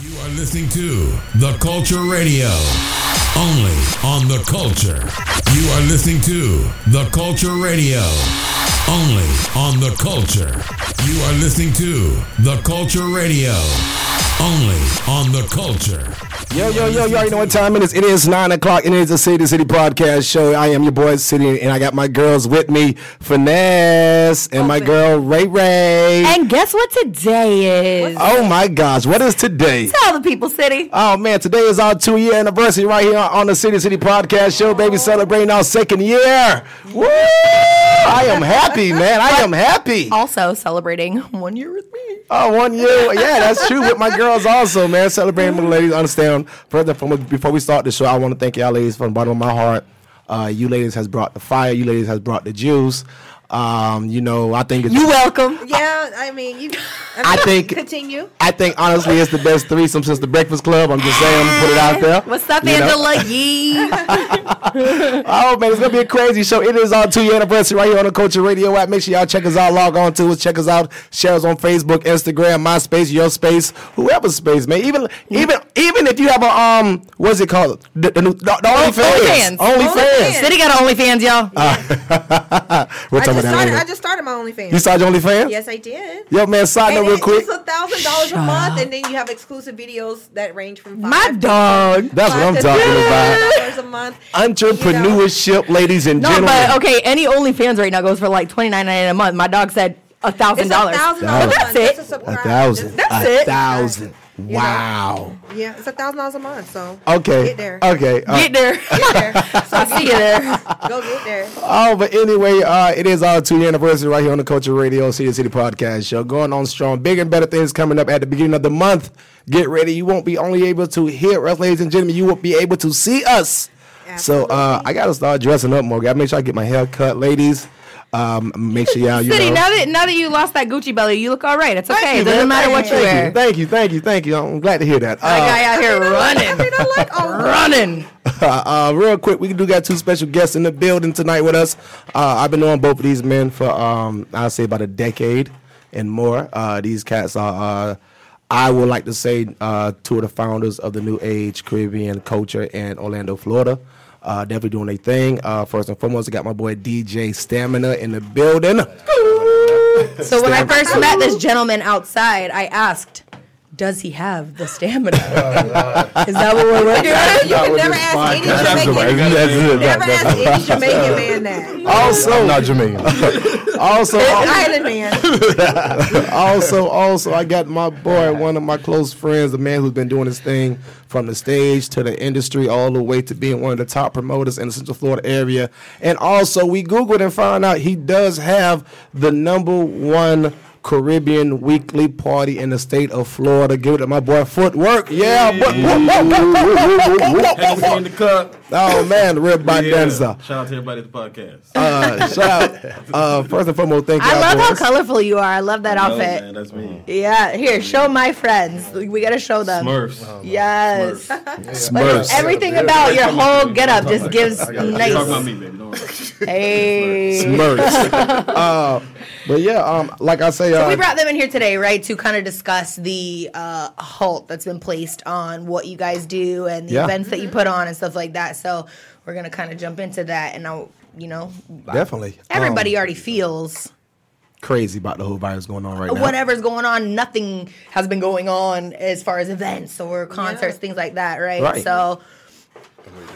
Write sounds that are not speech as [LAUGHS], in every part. You are listening to The Culture Radio, only on The Culture. You are listening to The Culture Radio, only on The Culture. You are listening to The Culture Radio, only on The Culture. Yo, yo, yo, you already know what time it is. It is 9 o'clock, and it is the City to City Podcast Show. I am your boy, City, and I got my girls with me, Finesse, and my girl, Ray Ray. [LAUGHS] And guess what today is? oh my gosh, what is today? Tell the people, City. Oh man, today is our two year anniversary right here on the City to City Podcast Show, baby, celebrating our second year. Woo! I am happy, man. I am happy. Also celebrating one year with me. Oh, one year. Yeah, that's true. With my girls also, man. Celebrating with the ladies. Understand. Further from before we start the show, I want to thank y'all ladies from the bottom of my heart. Uh, you ladies has brought the fire. You ladies has brought the juice. Um, you know, I think it's You welcome. Yeah, I mean, you. I think- Continue. I think honestly it's the best threesome since the Breakfast Club. I'm just saying, put it out there. What's up, You know? Angela [LAUGHS] Yee? Oh man, it's gonna be a crazy show. It is our two year anniversary right here on the Culture Radio app. Make sure y'all check us out, log on to us, check us out, share us on Facebook, Instagram, MySpace, Your Space, whoever's space, man. Even even even if you have a um, what's it called? The, the, new- the, the OnlyFans, Oh, OnlyFans. OnlyFans. City got OnlyFans, y'all. We'll I talk just about that started. later. I just started my OnlyFans. You saw your OnlyFans? yes, I did. Yo, man, side note And real it- quick. It's a thousand dollars a month, and then you have exclusive videos that range from five My dog. That's what I'm to talking about. $10 a month. Entrepreneurship, ladies and No, gentlemen. but okay, any OnlyFans right now goes for like twenty nine ninety nine a month. My dog said a thousand It's a dollars. thousand Dollars. That's dollars a month. it. That's a a subscribe. thousand. That's a it. thousand. know? Wow. Yeah, it's a thousand dollars a month. So Okay. get there. Okay. Uh, Get there. Get there. [LAUGHS] So I see you [LAUGHS] there. go [LAUGHS] get there. Oh, but anyway, uh, it is our two year anniversary right here on the Culture Radio City to City Podcast Show. Going on strong. Big and better things coming up at the beginning of the month. Get ready. You won't be only able to hear us, ladies and gentlemen. You will be able to see us. So uh, I gotta start dressing up more. Gotta make sure I get my hair cut, ladies. Um, make sure y'all you City, know. now that now that you lost that Gucci belly, you look all right. It's Thank okay. you, it man. doesn't matter what Thank you wear. Thank you, thank you, thank you. I'm glad to hear that. That Uh, guy out here running, I like all of them. running. uh, real quick, we do got two special guests in the building tonight with us. Uh, I've been knowing both of these men for um, I'll say about a decade and more. Uh, these cats are, uh, I would like to say, uh, two of the founders of the New Age Caribbean culture in Orlando, Florida. Uh, definitely doing their thing. Uh, first and foremost, I got my boy DJ Stamina in the building. So when I Stamina. first met this gentleman outside, I asked, "Does he have the stamina? Is that what we're working You with?" can never ask any Jamaican. Never ask any [LAUGHS] Jamaican man that. Also, not Jamaican. [LAUGHS] also, Island man. also, also, I got my boy, one of my close friends, the man who's been doing his thing from the stage to the industry, all the way to being one of the top promoters in the Central Florida area. And also, we Googled and found out he does have the number one Caribbean weekly party in the state of Florida. Give it to my boy Footwork. Yeah. whoop, whoop, whoop, whoop, whoop, whoop, whoop, whoop, whoop. in the cup. Oh, man, Red Bot Danza. Shout out to everybody at the podcast. Uh, shout out. Uh, first and foremost, thank you. I love how colorful you are. I love that Oh, outfit. man, that's me. Yeah, here, show my friends. We gotta show them. Smurfs. Yes. [LAUGHS] Like, Smurfs. everything about your whole getup just gives Talk about nice. me, baby. Don't worry. Hey. Smurfs. [LAUGHS] Uh, but yeah, um, like I say, uh, We brought them in here today, right, to kind of discuss the uh, halt that's been placed on what you guys do and the Yeah. events that you Mm-hmm. put on and stuff like that. So we're gonna kind of jump into that, and I'll, you know, definitely everybody um, already feels crazy about the whole virus going on right now. whatever's going on. Nothing has been going on as far as events or concerts, Yeah. things like that, right? Right. So [LAUGHS]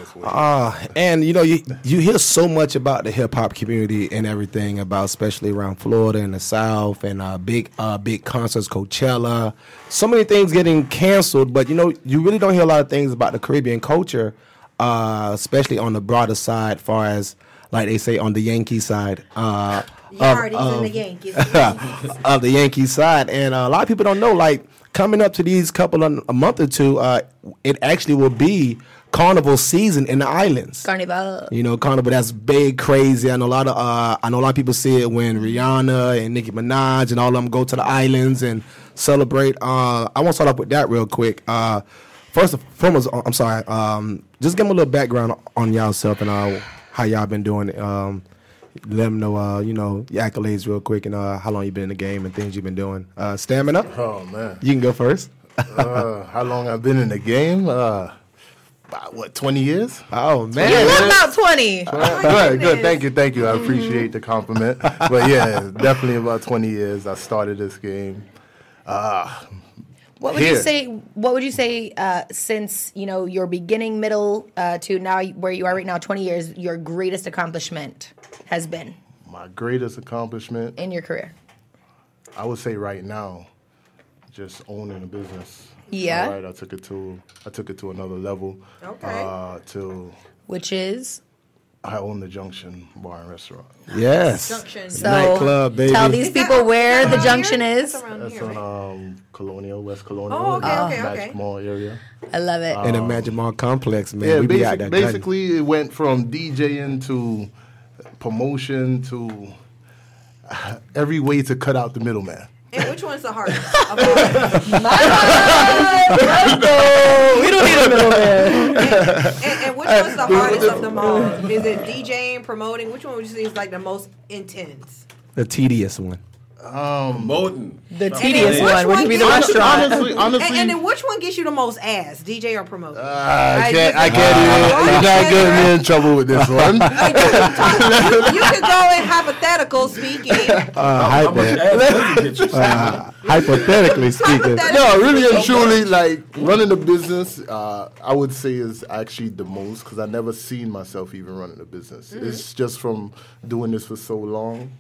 And you know, you you hear so much about the hip hop community and everything about, especially around Florida and the South, and uh, big uh, big concerts, Coachella. So many things getting canceled, but you know, you really don't hear a lot of things about the Caribbean culture, uh, especially on the broader side, far as like they say on the Yankee side. Uh, Yardies and the um, [LAUGHS] Yankees. of the Yankee side, and uh, a lot of people don't know. Like coming up to these couple of a month or two, uh, it actually will be carnival season in the islands. Carnival. You know, carnival that's big, crazy. I know a lot of uh, I know a lot of people see it when Rihanna and Nicki Minaj and all of them go to the islands and celebrate. Uh, I want to start off with that real quick. Uh, first and foremost, uh, I'm sorry. Um, just give them a little background on y'all self and uh, how y'all been doing um, let them know, uh, you know, your accolades real quick and uh, how long you've been in the game and things you've been doing. Uh, stamina, Oh man, you can go first. [LAUGHS] uh, how long I've been in the game? Uh, about what, twenty years? Oh You man, look about 20. good, good. Thank you, thank you. I Mm-hmm. appreciate the compliment. but yeah, definitely about twenty years. I started this game. What would you Here. say? What would you say uh, since you know your beginning, middle uh, to now where you are right now, twenty years? Your greatest accomplishment has been My greatest accomplishment, in your career. I would say, right now, just owning a business. Yeah. All right. I took it to I took it to another level. Okay. Uh, to which is I own the Junction Bar and Restaurant. yes, Junction. so Nightclub, baby. tell these people where the junction is. That's around That's here, on right? um, Colonial, West Colonial, Oh, okay, uh, okay, Magic okay. Mall area. I love it. and imagine Mall Complex, man. Yeah, we be out basic, there. cutting. basically it went from DJing to promotion to every way to cut out the middleman. And which one's the hardest? Of all? Oh, we don't need a middleman. and, and which one's the hardest of them all? Is it DJing, promoting? Which one would you say is like the most intense? the tedious one. Moden. [LAUGHS] [LAUGHS] The tedious which one, which would be the one restaurant. Honestly, And, honestly, and then which one gets you the most ass, DJ or promoting? I can't, I I can't just- even. You're not Rochester. getting me in trouble with this one. you, you could go in hypothetical speaking. Uh, hypo- [LAUGHS] hypothetically [LAUGHS] speaking, Hypothetically. no, really and truly, like running a business, uh, I would say is actually the most because I never seen myself even running a business. It's just from doing this for so long.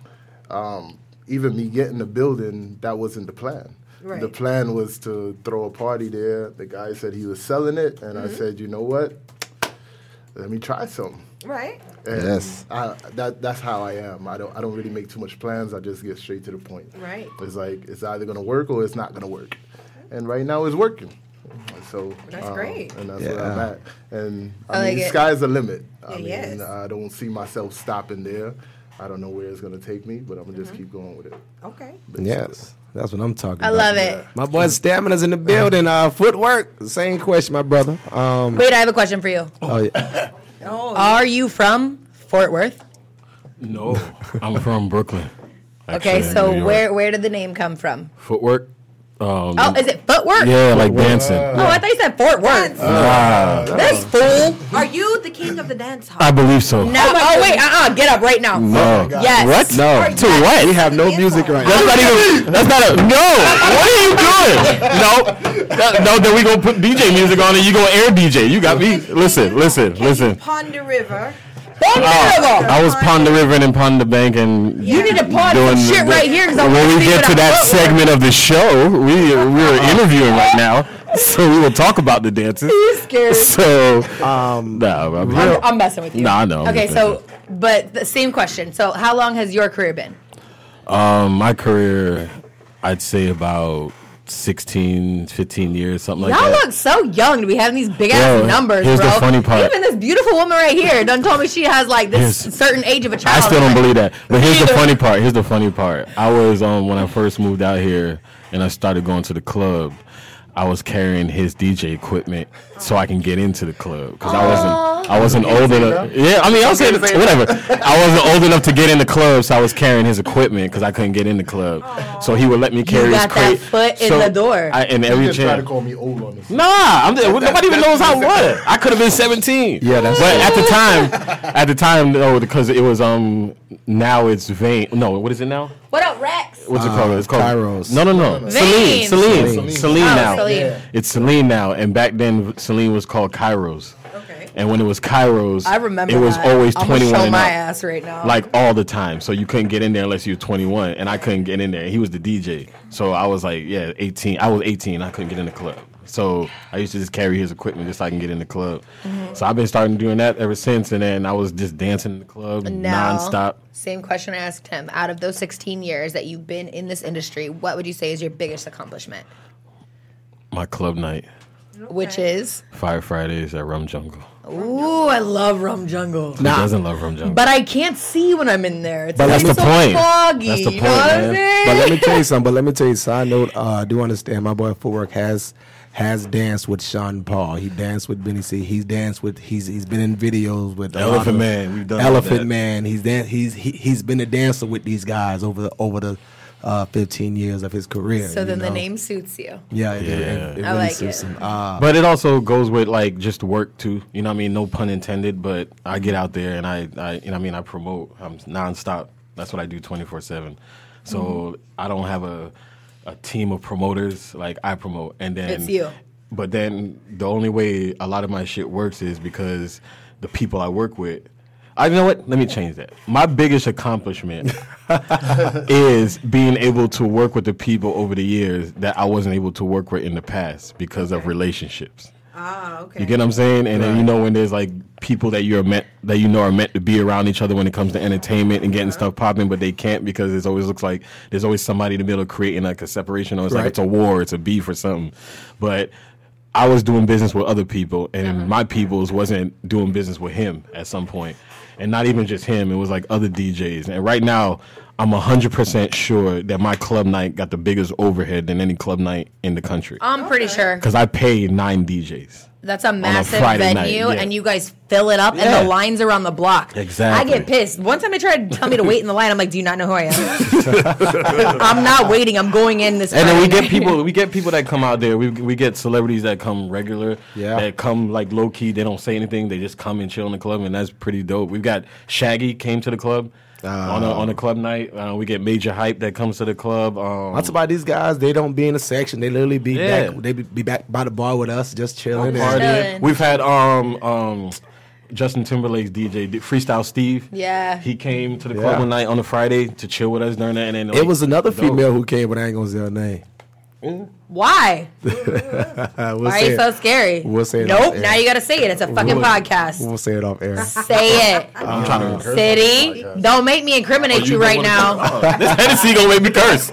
Um, even me getting the building, that wasn't the plan. The Right. plan was to throw a party there. The guy said he was selling it, and I said, you know what? Let me try something. Right? And Yes. I, that that's how I am. I don't I don't really make too much plans. I just get straight to the point. Right. It's like it's either gonna work or it's not gonna work, and right now it's working. And So um, That's great. and that's where I'm Yeah. at. And I, I mean, like the it. sky's the limit. I It mean, is. I don't see myself stopping there. I don't know where it's gonna take me, but I'm gonna Mm-hmm. just keep going with it. Okay. yes, that's what I'm talking. I about. love it. My boy Stamina's in the building. Uh, footwork. Same question, my brother. Um, Wait, I have a question for you. oh, yeah. [LAUGHS] Oh, Are you from Fort Worth? No, I'm from Brooklyn. Okay, actually, New so York. where where did the name come from? footwork? Um, Oh, is it footwork? yeah, like dancing. Oh, I thought you said Fort Worth. Ah, That's fool. are you the king of the dance hall? I believe so. No. Oh, wait. Uh. uh Get up right now. No. Yes. What? No. To what? we have no music right now. That's not even. That's not a. No. What are you doing? No. That- no. Then we gonna put DJ music on and you gonna air DJ. You got me. Listen. Listen. Can You Listen. pond the river. Pond Oh, River. I was pond the river and then pond the bank and. You need to pause some doing shit the- right here because I When want we to get to that segment of the show, we we are interviewing right now, so we will talk about the dances. scared. So, nah, I'm- I'm, I'm messing with you. Nah, I know. Okay, so but the same question. So how long has your career been? Um, my career, I'd say about 16, 15 years, something like Y'all that. look so young to be having these big ass Bro, numbers, here's the bro. funny part. Even this beautiful woman right here done told me she has like this Here's- certain age of a child. I still don't I'm like, believe that. But here's the Neither. funny part. Here's the funny part. I was um when I first moved out here and I started going to the club. I was carrying his DJ equipment so I can get into the club because I wasn't I wasn't old enough. Yeah, I mean I was saying whatever. [LAUGHS] I wasn't old enough to get in the club, so I was carrying his equipment because I couldn't get in the club. So he would let me carry his got that crate. foot in So the door. I, in You every just try to jam. call me old on this. Nah, I'm the, nobody even knows how I was. I could have been 17. Yeah, that's but at the [LAUGHS] time, at the time though, because it was um now it's vein. No, what is it now? What up, Rex? What's it called? It's called Uh, Kairos. No, no, no. Vein. Celine, Celine, Celine Oh, now. Celine. Yeah. It's Celine now, and back then Celine was called Kairos. Okay. And when it was Kairos, I remember it was that. always I'ma 21 Show and my up. ass right now. Like all the time, so you couldn't get in there unless you were 21, and I couldn't get in there. He was the DJ, so I was like, yeah, 18. I was 18, I couldn't get in the club, so I used to just carry his equipment just so I can get in the club. So I've been starting doing that ever since, and then I was just dancing in the club Now, nonstop. Same question I asked him. Out of those 16 years that you've been in this industry, what would you say is your biggest accomplishment? My club night. which is Fire Fridays at Rum Jungle. Ooh, I love Rum Jungle. Who doesn't love Rum Jungle? But I can't see when I'm in there. It's But that's like the so point. foggy. That's the you point, know man. what I'm But saying? let me tell you something. But let me tell you. Side note: uh, I do understand. My boy Footwork has has danced with Sean Paul. He danced with Benny C. He's danced with. He's he's been in videos with a lot Elephant of- Man. We've done all Elephant that. Man. He's dan- He's he, he's been a dancer with these guys over the over the uh, fifteen years of his career. So you then the know? name suits you. Yeah, it, it- Yeah. it, it I really like suits it. him. Uh, But it also goes with like just work too. You know what I mean? No pun intended. But I get out there and I, I you know what I mean? I promote. I'm nonstop. That's what I do 24 seven. So Mm-hmm. I don't have a a team of promoters. Like I promote, and then It's you. But then the only way a lot of my shit works is because the people I work with. I you know what? Let me change that. My biggest [LAUGHS] accomplishment is being able to work with the people over the years that I wasn't able to work with in the past because of relationships. Ah, okay. You get what I'm saying? And then you know when there's like people that you're meant that you know are meant to be around each other when it comes to entertainment and getting stuff popping, but they can't because it always looks like there's always somebody in the middle creating like a separation or it's like Right. it's a war, it's a beef or something. But I was doing business with other people and my peoples wasn't doing business with him at some point. And not even just him, it was like other DJs. And right now I'm 100% sure that my club night got the biggest overhead than any club night in the country. I'm pretty sure Because I pay nine DJs. that's a massive Friday venue, night, yeah. and you guys fill it up, Yeah. and the lines are on the block. Exactly. I get pissed. One time they tried to tell me to wait in the line. I'm like, do you not know who I [LAUGHS] am? I'm not waiting. I'm going in this. And then we Friday [LAUGHS] get night. people. We get people that come out there. We we get celebrities that come regular. Yeah. That come like low key. They don't say anything. They just come and chill in the club, and that's pretty dope. We've got Shaggy came to the club on a on a club night. Uh, we get Major Hype that comes to the club. Um, That's about these guys. They don't be in a section. They literally be Yeah. back. They be, be back by the bar with us, just chilling. partying. And, Chilling. We've had um um. Justin Timberlake's DJ D- Freestyle Steve. Yeah. he came to the Yeah. club one night on a Friday to chill with us during that. And then it like, was another dope. female who came, but I ain't gonna say her name. Why? Uh, we'll Why are say you it. so scary? We'll say it off Nope. air. Now you gotta say it. It's a fucking We'll- [LAUGHS] podcast. We'll say it off [LAUGHS] air. Say it, I'm trying to rehearse. City. Don't make Oh, me incriminate you, [LAUGHS] right now. [LAUGHS] this Hennessy gonna make me curse. [LAUGHS]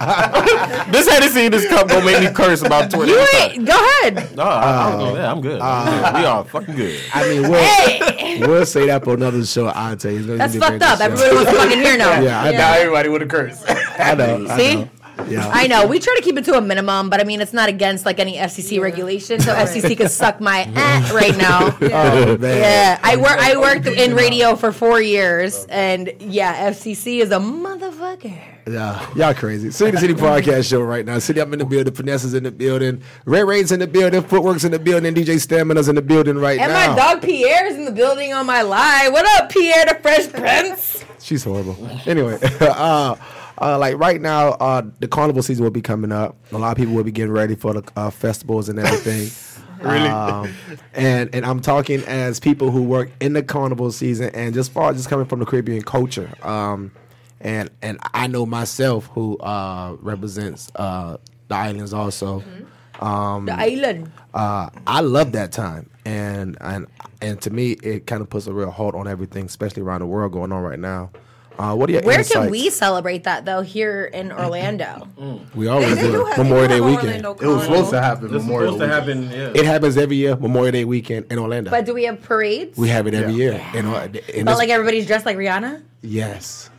this Hennessy in this cup gonna make me curse about Twitter. You ain't, go [LAUGHS] ahead. No, Oh, I, I don't know that. I'm good. I'm good. we are fucking [LAUGHS] good. I mean, we'll, [LAUGHS] we'll say that for another show. I'll tell you. It's gonna That's be fucked different up. show. Everybody wants to fucking hear [LAUGHS] now. Yeah, I Now know. everybody with a curse. I know. I See? know. Yeah. I know. We try to keep it to a minimum, but I mean, it's not against like any FCC regulation. So FCC could suck my [LAUGHS] ass right now. [LAUGHS] Oh, man. Yeah, I work. I worked in radio for four years, and yeah, FCC is a motherfucker. Yeah, y'all crazy. City to City podcast show right now. City, I'm in the building. Finesse is in the building. Ray Ray's in the building. Footwork's in the building. DJ Stamina's in the building right And now. my dog Pierre is in the building on my live. What up, Pierre, the Fresh Prince? She's horrible. Anyway, [LAUGHS] uh, uh, like right now, uh, the carnival season will be coming up. A lot of people will be getting ready for the uh, festivals and everything. really? Um, and and I'm talking as people who work in the carnival season, and just far just coming from the Caribbean culture. Um, and and I know myself who uh, represents uh, the islands also. Um, the island. Uh, I love that time, and and and to me, it kind of puts a real halt on everything, especially around the world going on right now. Uh, what are your Where insights? can we celebrate that though? Here in Orlando. We always They do do it. have- they Memorial do Day have weekend. Orlando It was Carnival. supposed to happen Memorial [LAUGHS] Weekend. yeah. Uh, It happens every year, Memorial Day weekend in Orlando. But do we have parades? we have it every Yeah. year. And, uh, and but it's- like everybody's dressed like Rihanna. yes,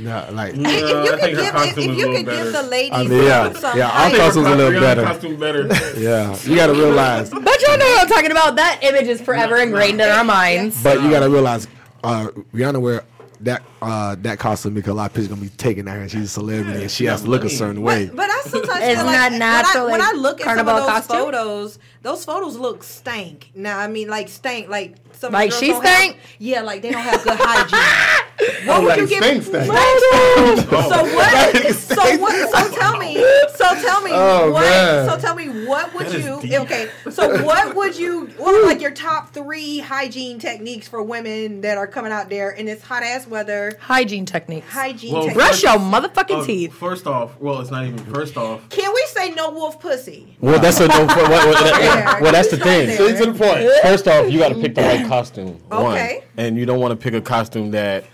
no, like If you Uh, I think could her give, if, costume if was you a could little give the better. ladies I mean, yeah, some yeah. Our hype- costumes a little Rihanna better. costume [LAUGHS] better. Yeah, you got to realize, But y'all know what I'm talking about. That image is forever ingrained in our minds. but you got to realize, uh, Rihanna wear that uh, that costume because a lot of people gonna be taking her, and she's a celebrity, and she has to look a certain way. But I sometimes It's feel like not when, natural, I, when like, I look at carnival some of those costume? photos, those photos look stank. Now I mean, like stank, like some of the Like girls she don't have- stank? yeah, like they don't have [LAUGHS] good hygiene. Oh, What would like you give? stank, stank. Right. [LAUGHS] So what? So what? So tell me. So tell me Oh, what? man. So tell me what would you? Okay. So what would you? What are like your top three hygiene techniques for women that are coming out there in this hot ass weather? Hygiene techniques. Hygiene. Well, Brush techniques. your motherfucking teeth. Um, First off, well, it's not even first off. Can we say no wolf pussy? Well, that's a no. Well, well, that- well, that's the There. thing. Straight to the point. First off, you got to pick the right costume. One, Okay. and you don't want to pick a costume that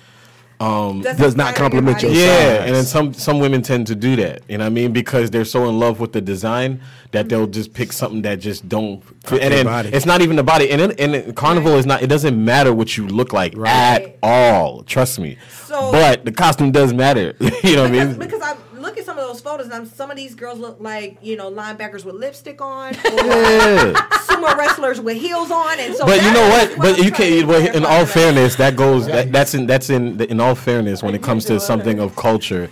does not compliment your Yeah, size. and then some some women tend to do that. You know what I mean? Because they're so in love with the design that they'll just pick something that just don't. fit. and their then body. it's not even the body. And then, and then carnival is not. It doesn't matter what you look like at all. Trust me. So- but the costume does matter. [LAUGHS] you know what I Because, mean? because I look at some of those photos, and I'm, some of these girls look like you know linebackers with lipstick [LAUGHS] on, or Yeah. sumo wrestlers with heels on, and so. But you that know what? is But I'm you trying to can't. Well, in clarify all that. fairness, that goes. That, that's in. That's in. The, in all fairness, when it Uh-huh. comes to something of culture,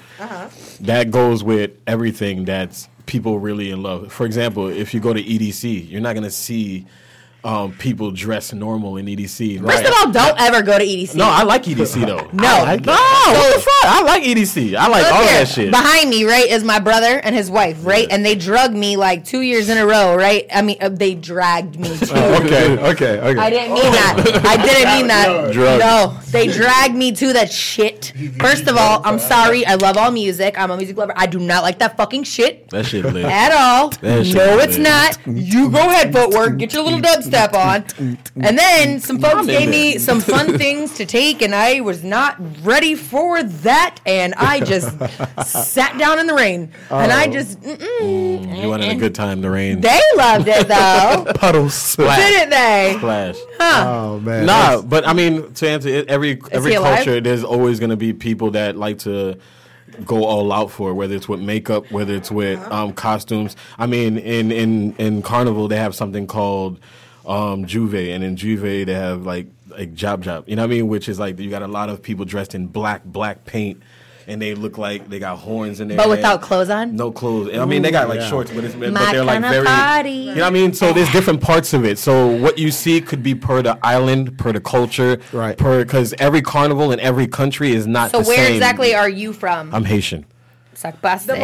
that goes with everything that's people really in love. For example, if you go to EDC, you're not gonna see um, people dress normal in E EDC. First of all, don't ever go to E EDC. no, I like EDC though. No. I like it. [LAUGHS] no. What the fuck? I like EDC. I like Look all here, that shit. Behind me, right, is my brother and his wife, right? And they drug me like two years in a row, right? I mean, uh, they dragged me. to- Uh, [LAUGHS] okay. Okay, okay. I didn't mean that. I didn't mean that. Oh. [LAUGHS] Drugs. No, they dragged me to that shit. First of all, I'm sorry. I love all music. I'm a music lover. I do not like that fucking shit That shit lit. at all. That shit no, lit. it's not. You go ahead, footwork. Get your little dubstep on. And then some folks I'm in gave me there. [LAUGHS] some fun things to take, and I was not ready for that. And I just sat down in the rain, and I just mm-mm. Oh. Mm, You wanted a good time. The rain. they loved it [LAUGHS] though, puddles. didn't they? Flash. Oh man. Nah, but I mean, to answer it, every every he alive? culture, there's always going to be people that like to go all out for it, whether it's with makeup, whether it's with Uh-huh. um, costumes. I mean, in in in carnival, they have something called um, juve, and in juve, they have like like job job. You know what I mean? Which is like you got a lot of people dressed in black black paint. And they look like they got horns in their But head. without clothes on? No clothes. And I mean, they got like shorts, but, it's, but My they're like kinda very. party. You know what I mean? So Oh. there's different parts of it. So what you see could be per the island, per the culture, Right. Per because every carnival in every country is not. So the where same. exactly are you from? I'm Haitian. Suck The most, They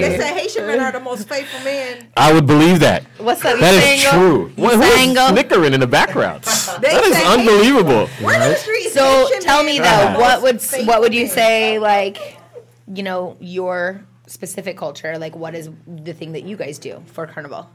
busted. say Haitian men are the most faithful men. I would believe that. What's up? That you is single? true. You What, who is single? snickering in the [LAUGHS] background? They that is say unbelievable. Word on the street is So Haitian tell men me are though, the most what would faithful what would you men. say like, you know, your specific culture? Like, what is the thing that you guys do for carnival?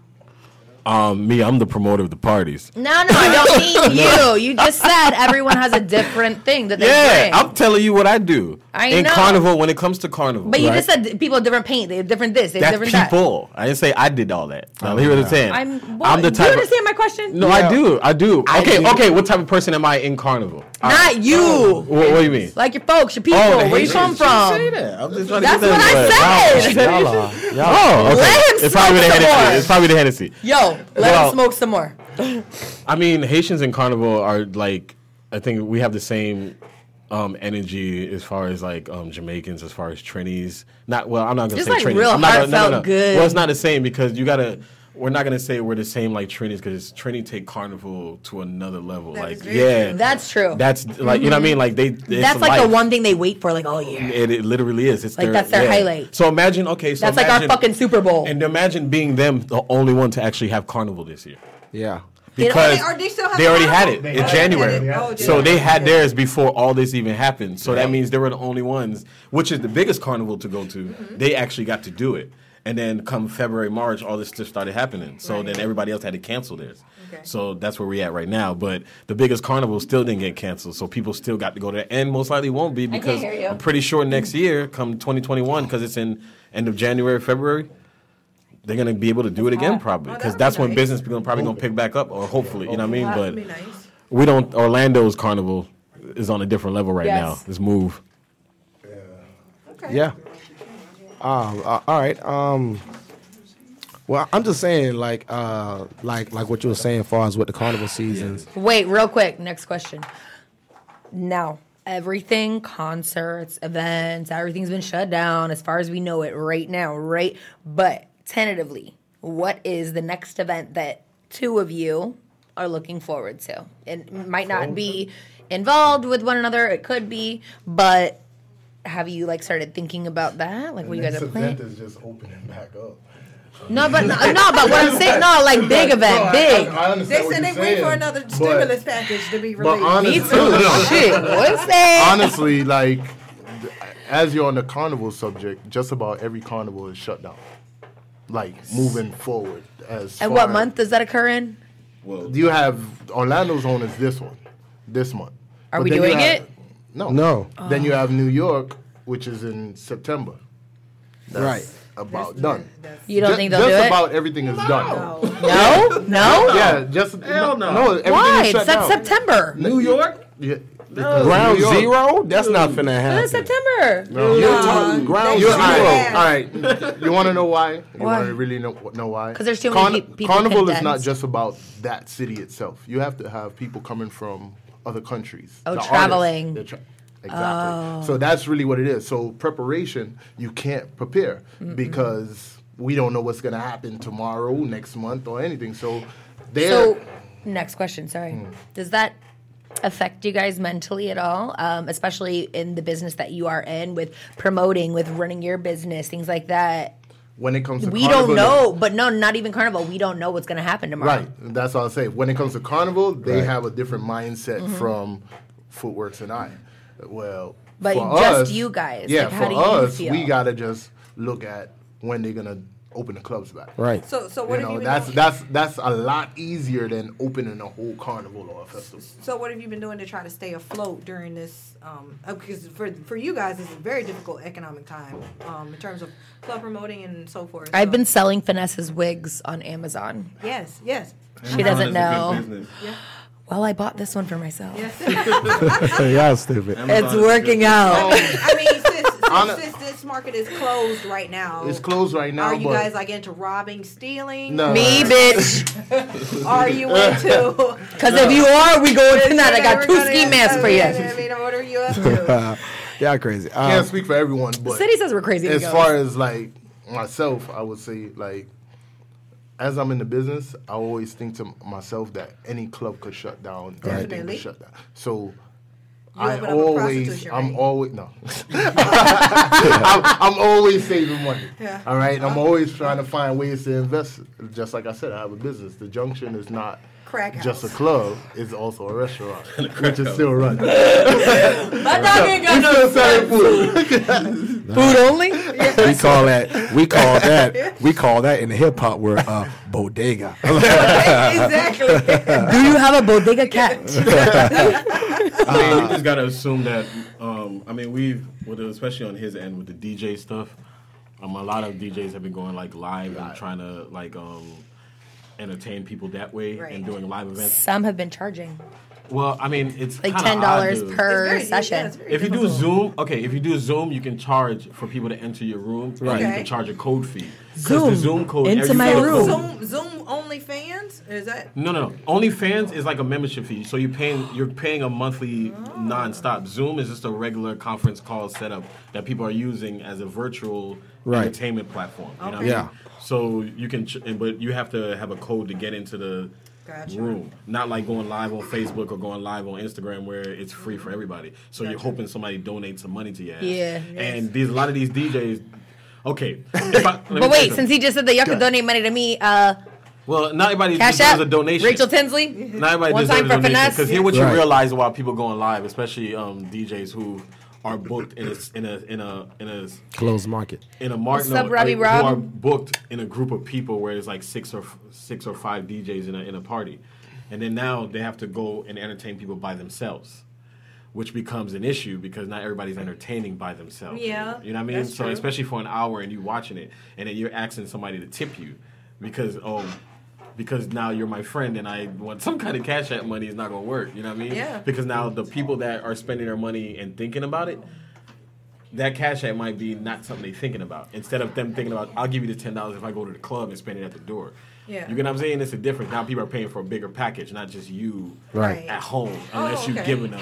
Um, me, I'm the promoter of the parties. No, no, I [LAUGHS] don't mean you. You just said everyone has a different thing that they Yeah, bring. I'm telling you what I do I in know. carnival. When it comes to carnival, but you right? just said that people have different paint. They have different this. They have that's different that. people. I didn't say I did all that. Oh, Now, hear what I'm saying. I'm. Well, the you type. of- understand my question? No, I do. I do. okay, do. okay. What type of person am I in Carnival? Not you. Wha- What, do you mean? Like your folks, your people. Oh, the where you Haitians. come Say from? that. I'm just trying to That's get what that- I [LAUGHS] said. Wow. Oh, okay. Let him it's probably the smoke some more. Hennessy. It's probably the Hennessy. Yo, let Well- him smoke some more. I mean, Haitians in Carnival are like, I think we have the same um, energy as far as like um, Jamaicans, as far as Trinis. Not well. I'm not gonna Just say like Trinis. real I'm not heartfelt good. Well, it's not the same because you gotta. We're not gonna say we're the same like Trinis because Trini take Carnival to another level. like, is very yeah, That's true. That's like you know what I mean. Like they. It's That's like the life. one thing they wait for like all year. It, it literally is. It's Like, that's their yeah. highlight. So imagine, okay, so That's like our imagine- fucking Super Bowl. And imagine being them, the only one to actually have carnival this year Yeah. because They already still have they already had it Carnival. in They already January. had it. Oh, So yeah. they had theirs before all this even happened. So that means they were the only ones, which is the biggest carnival to go to. Mm-hmm. They actually got to do it. And then come February, March, all this stuff started happening. So then everybody else had to cancel theirs. Okay. So that's where we're at right now. But the biggest carnival still didn't get canceled. So people still got to go there and most likely won't be because hear you. I'm pretty sure next Mm-hmm. year, come 2021, because it's in end of January, February, they're gonna be able to do it again probably Oh, because that'd that's be when nice. business is gonna probably gonna pick back up or hopefully you know what I mean. That But would be nice. we don't. Orlando's carnival is on a different level right Yes. now. This move. Okay. Yeah. Um, uh, all right. Um, well, I'm just saying, like, uh, like, like what you were saying, as far as with the carnival seasons. Wait, real quick. Next question. Now, everything, concerts, events, everything's been shut down as far as we know it right now, right? But tentatively, what is the next event that two of you are looking forward to? It might not be involved with one another, it could be, but have you like started thinking about that? Like what you guys This are event planning? is just opening back up. No, but no, no, but what I'm saying, no, like big event, big. They said they wait for another stimulus package to be released. Me honest- too. Shit, what's [LAUGHS] that? honestly, like th- as you're on the carnival subject, just about every carnival is shut down. Like moving forward, as And what far- month does that occur in? You have Orlando's on is this one, this month. Are But we then you doing have- it? Oh. No. No. Then you have New York, which is in September. That's Right. About done. You don't Ju- think they'll just do it? about everything is done. no, no. Yeah, just Hell no. No, everything Why? is It's shut down. not September. New York? Yeah, No. Ground New York- zero? That's not finna It's happen. September. You're talking ground You're, zero. all right, all right. You want to know why? You Why? want to really know, know why? 'Cause there's too many peop- people Carnival is not condensed. just about that city itself. You have to have people coming from other countries. Oh, The artists, traveling. Oh. they're tra- exactly. So that's really what it is. So preparation, you can't prepare because we don't know what's going to happen tomorrow, next month, or anything. So there. So, next question. Sorry. Does that affect you guys mentally at all, um, especially in the business that you are in with promoting, with running your business, things like that? when it comes to We don't Carnival, know, but no, not even Carnival. We don't know what's going to happen tomorrow. Right. That's what I'll say. When it comes to Carnival, they have a different mindset Mm-hmm. from Footworks and I. Well, But for just us- you guys, Yeah, like, for how do you us, feel? we gotta just look at when they're gonna open the clubs back. Right. So, so You what have you know, been that's doing? that's that's a lot easier than opening a whole carnival or a [LAUGHS] festival. So what have you been doing to try to stay afloat during this? Because for for you guys, it's a very difficult economic time um, in terms of club promoting and so forth. I've So- been selling Finesse's wigs on Amazon. yes, yes, She Amazon is doesn't a good know. business. Well, I bought this one for myself. [LAUGHS] yes. Y'all stupid. Amazon It's is a good working business. out. [LAUGHS] I mean, Anna- since, since, [LAUGHS] since this market is closed right now, It's closed right now. Are you but guys like into robbing, stealing? Oh. no, Me, bitch. Are you [LAUGHS] [LAUGHS] into? Because if you are, we going tonight. I got two Whatever ski it masks is, for I mean, I you. mean, what are you up to? [LAUGHS] Y'all crazy. I Um, can't speak for everyone, but City says we're crazy. as amigos. far as like myself, I would say like as I'm in the business, I always think to myself that any club could shut down, anything Definitely. could shut down. So open I up a always, prostitution I'm ring. [LAUGHS] always no, [LAUGHS] I'm, I'm always saving money. Yeah. All right, I'm always trying to find ways to invest. Just like I said, I have a business. The Junction is not. Crack Just a house. club It's also a restaurant, which is still running. My dog ain't got We still selling food. food only. we call that we call that we call that in the hip hop world uh, bodega. [LAUGHS] exactly. Do you have a [LAUGHS] bodega cat? I mean, you just gotta assume that. Um, I mean, we've, with especially on his end with the DJ stuff. Um, a lot of DJs have been going like live and trying to like um, entertain people that way Right. and doing live events. Some have been charging Well, I mean, it's like kinda ten dollars odd, dude. per It's very- yeah, session. it's very If you do difficult. Zoom, okay. If you do Zoom, you can charge for people to enter your room. and Right. You Okay. can charge a code fee. 'Cause Zoom, The Zoom code into every my single room. code- Zoom, Zoom only fans? Is that? No, no, no. OnlyFans is like a membership fee, so you're paying you're paying a monthly nonstop. Zoom is just a regular conference call setup that people are using as a virtual Right. entertainment platform. You know what I Okay. mean? Yeah. So you can, ch- but you have to have a code to get into the Gotcha. room. Not like going live on Facebook or going live on Instagram where it's free for everybody. So you're hoping somebody donates some money to you. Yeah. And these a lot of these DJs. Okay. If I- let me [LAUGHS] But tell you wait, something. since he just said that y'all could donate money to me, uh, well, not everybody cash deserves out a donation. Rachel Tinsley. [LAUGHS] Not everybody One deserves time for a donation. finesse. Because here, what Right. you realize while people going live, especially um, DJs who are booked in a s- in a in a in a Closed market. in a market, What's up, Robbie Rob? who are booked in a group of people where it's like six or f- six or five DJs in a in a party, and then now they have to go and entertain people by themselves. Which becomes an issue because not everybody's entertaining by themselves. Yeah, you know what I mean. that's so true. especially for an hour and you watching it, and then you're asking somebody to tip you because oh, because now you're my friend and I want some kind of cash app money is not gonna work. You know what I mean? Yeah. Because now the people that are spending their money and thinking about it, that cash app might be not something they're thinking about. Instead of them thinking about, I'll give you the ten dollars if I go to the club and spend it at the door. Yeah. You get what I'm saying? It's a difference. Now people are paying for a bigger package, not just you Right. at home, unless Oh, you're okay. giving them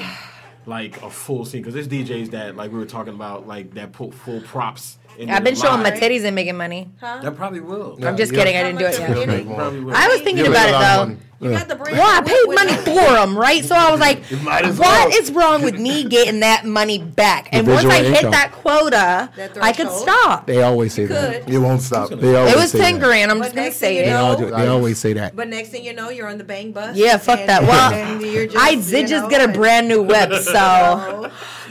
like a full scene. Because there's DJs that, like we were talking about, like that put full props. In I've their been showing my live. titties and making money. That probably will. I'm just kidding. I didn't do it yet. Make more. Probably will. I was thinking about it though. You got the brand. Well, I with- paid with- money for them, right? So I was like, might as well. what is wrong with me getting that money back? And once I Residual hit income. that quota, That I could threshold? stop. They always say that. Good. It won't stop. They always It was say ten that. grand. I'm But just gonna next say thing you They, it. know- all do- they always say that. But next thing you know, you're on the bang bus. Yeah, fuck and- that. Well, and you're just, I did you just know, get a like- brand new whip, [LAUGHS] so Oh,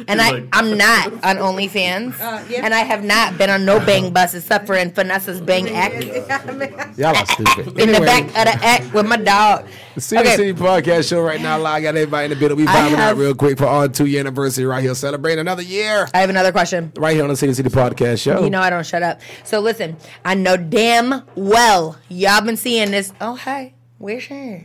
and He's I like- I'm [LAUGHS] not on OnlyFans, Uh, yeah. and I have not been on no bang bus except for in Finesse's bang act I mean, Y'all are stupid. in the back of the act with my dog. out. The City Okay. City Podcast Show right now live. Got everybody in the building. We I vibing out have- real quick for our two year anniversary right here, celebrating another year I have another question. right here on the City City Podcast Show. You know I don't shut up. So listen, I know damn well y'all been seeing this. Oh hey, where's her?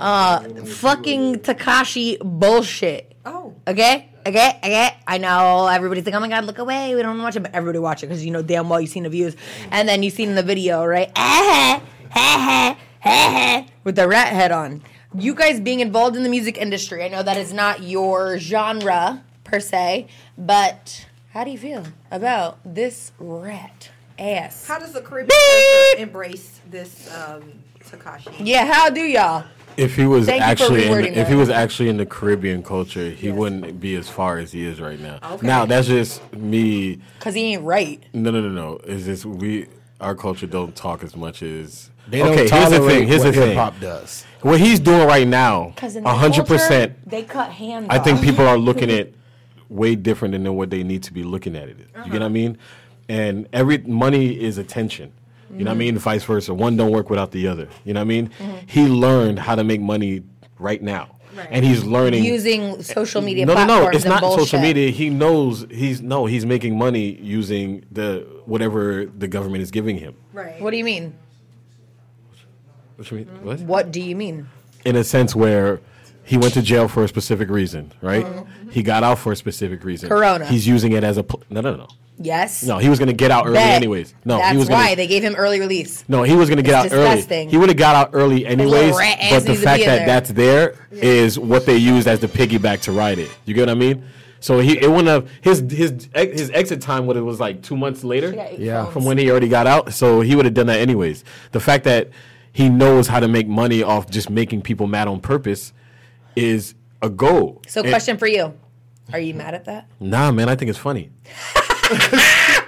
Uh, fucking Takashi bullshit. Oh. Okay, okay, okay. I know everybody think, oh my god, look away. We don't watch it, but everybody watch it because you know damn well you seen the views, and then you seen the video, right? [LAUGHS] Ah, ha, ha, ha, ha, With the rat head on. You guys being involved in the music industry, I know that is not your genre per se, but how do you feel about this rat ass? How does the Caribbean culture embrace this um, Takashi? yeah, how do y'all? If he was Thank you for actually in, rewording the- if he that. was actually in the Caribbean culture, he wouldn't be as far as he is right now. Now that's just me. Cause he ain't right. No, no, no, no. Is this we? Our culture don't talk as much as. They don't okay, here's tolerate the thing. Here's the what thing. hip hop does. What he's doing right now, Cause in their hundred percent. culture, Uh-huh. they cut hands. I think off. people are [LAUGHS] looking at way different than what they need to be looking at it. You Uh-huh. get what I mean? And every money is attention. You Mm-hmm. know what I mean? Vice versa. One don't work without the other. You know what I mean? He learned how to make money right now, and he's learning using social media. no, no, platforms no. It's and not bullshit. social media. He knows he's no. He's making money using the whatever the government is giving him. Right. What do you mean? What you mean? What? Mm-hmm. What do you mean? in a sense where he went to jail for a specific reason, right? He got out for a specific reason. Mm-hmm. Corona. He's using it as a pl- no, no, no, Yes. no. He was going to get out early, Bet. anyways. No, that's he was why Gonna, they gave him early release. no, he was going to get It's out disgusting. early. He would have got out early, anyways. rat ass But the needs to fact be in that there. that's there is what they used as the piggyback to ride it. You get what I mean? So he it wouldn't have his his ex- his exit time would have was like two months later got eight Yeah. phones. from when he already got out. So he would have done that anyways. The fact that he knows how to make money off just making people mad on purpose is a goal. So, And- question for you: Are you mad at that? Nah, man, I think it's funny.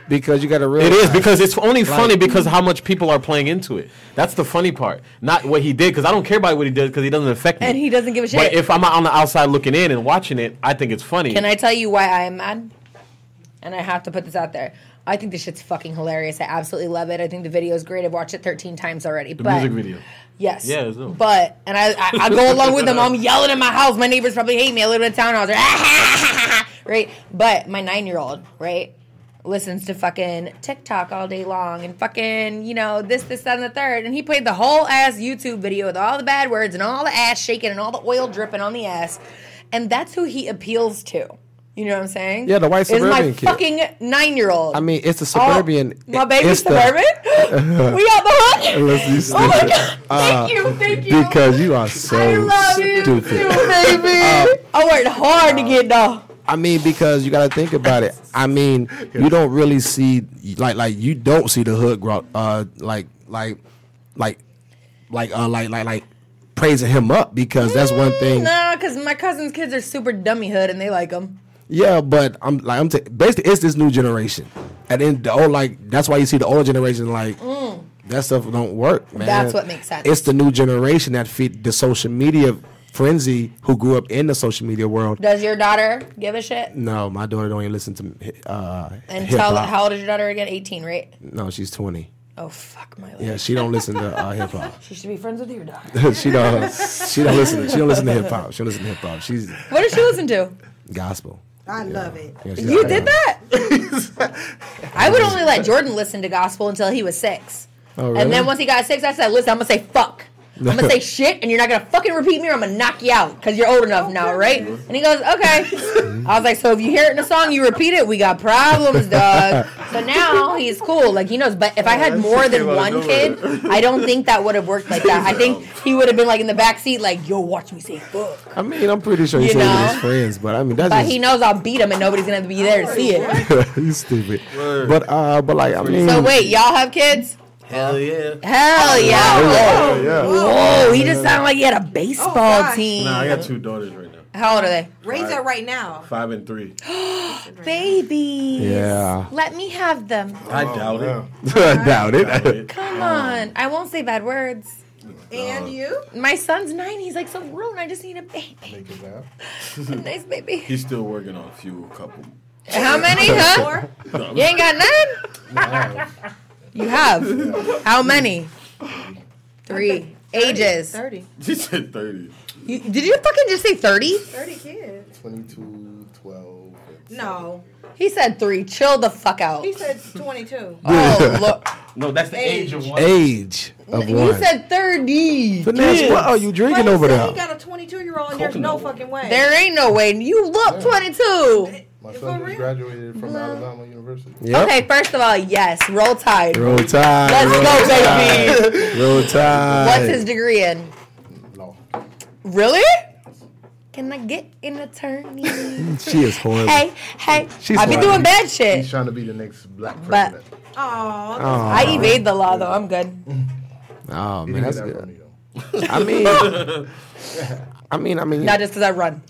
Because you got to realize It is because it's only funny because how much people are playing into it. That's the funny part, not what he did. Because I don't care about what he did because he doesn't affect me. And he doesn't give a shit. But if I'm on the outside looking in and watching it, I think it's funny. Can I tell you why I am mad? And I have to put this out there. I think this shit's fucking hilarious. I absolutely love it. I think the video is great. I've watched it 13 times already. the but music video. Yes. Yeah, it's dope. But and I, I I go along with [LAUGHS] them. I'm yelling in my house. My neighbors probably hate me. I "Ah, live in a townhouse. right. But my nine year old, right, listens to fucking TikTok all day long and fucking, you know, this, this, that, and the third. And he played the whole ass YouTube video with all the bad words and all the ass shaking and all the oil dripping on the ass. And that's who he appeals to. You know what I'm saying? Yeah, the white Is my suburban kid. fucking nine year old. I mean, it's the suburban. my baby it's the- suburban. [LAUGHS] we out the hook. Let's be Oh my stupid. god! [LAUGHS] Thank you, thank [LAUGHS] you. Uh, Because you are so I love you too, stupid. Uh, baby. I worked hard to get though. I mean, because you got to think about it. I mean, you don't really see like like you don't see the hood gro- uh like like like like uh like like like praising him up because that's one thing. Nah, because my cousin's kids are super dummy hood and they like them. Yeah, but I'm like I'm t- basically it's this new generation, and then the old like that's why you see the older generation like that stuff don't work, man. That's what makes sense. It's the new generation that feed the social media frenzy who grew up in the social media world. Does your daughter give a shit? No, my daughter don't even listen to uh, And hip tell hop. how old is your daughter again? 18, right? no, she's twenty. Oh fuck my life. Yeah, she don't listen to uh, hip [LAUGHS] [LAUGHS] hop. She should be friends with your daughter. she don't. She don't listen. She don't listen to hip hop. She don't listen to hip hop. She's what does she listen to? gospel. I love it. Yeah, she's You like, did uh, that? I would only let Jordan listen to gospel until he was six. Oh, And really? then once he got six, I said, listen, I'm going to say fuck. I'm going to say shit, and you're not going to fucking repeat me, or I'm going to knock you out because you're old enough now, right? And he goes, okay. I was like, so if you hear it in a song, you repeat it, we got problems, dog. so now he's cool. Like, he knows. But if I had more than came out of one kid, I don't think that would have worworked like that. I think he would have been like in the back seat, like, yo, watch me say fuck. I mean, I'm pretty sure he You said it know? with his friends, but I mean, that's But just, he knows I'll beat him, and nobody's going to be there to see [LAUGHS] it. you stupid. But uh, but like I mean, [LAUGHS] So wait, y'all have kids? Hell yeah. Hell yeah! Whoa, Yeah. Whoa, he just sounded like he had a baseball Oh, gosh. team. Nah, I got two daughters right now. How old are they? Raise that right now. Five and three. Babies. Yeah. Let me have them. [GASPS] I doubt doubt it. it. Come on. I won't say bad words. And you? My son's nine. He's like so rude. I just need a baby. [LAUGHS] Make it laugh. A nice baby. He's still working on a few couple. [LAUGHS] How many, huh? You ain't got none? You have. How many? Three. Ages. 30. She said 30. You, did you fucking just say 30? 30 kids. 22, 12. and- No. He said three. Chill the fuck out. [LAUGHS] He said [LAUGHS] 22. oh, look. No, that's the age, of one. [LAUGHS] Age of You one. said 30. Finesse, what are you drinking Wait, over so there? He got a 22 year old and there's no fucking way. There ain't no way. You look 22. My For son just real? graduated from Alabama University. Yep. Okay, first of all, yes. Roll Tide. Roll Tide. Let's roll go, Tide, baby. Roll Tide. What's his degree in? Law. Really? Can I get an [LAUGHS] attorney? She is horrible. hey, hey. She's I be lying. doing bad shit. He's trying to be the next black But- president. Aw, I evade the law though. I'm Mm-hmm. good. Oh You man, didn't that's get that good. from me, though. I [LAUGHS] mean, I mean, I mean, Not just because I run.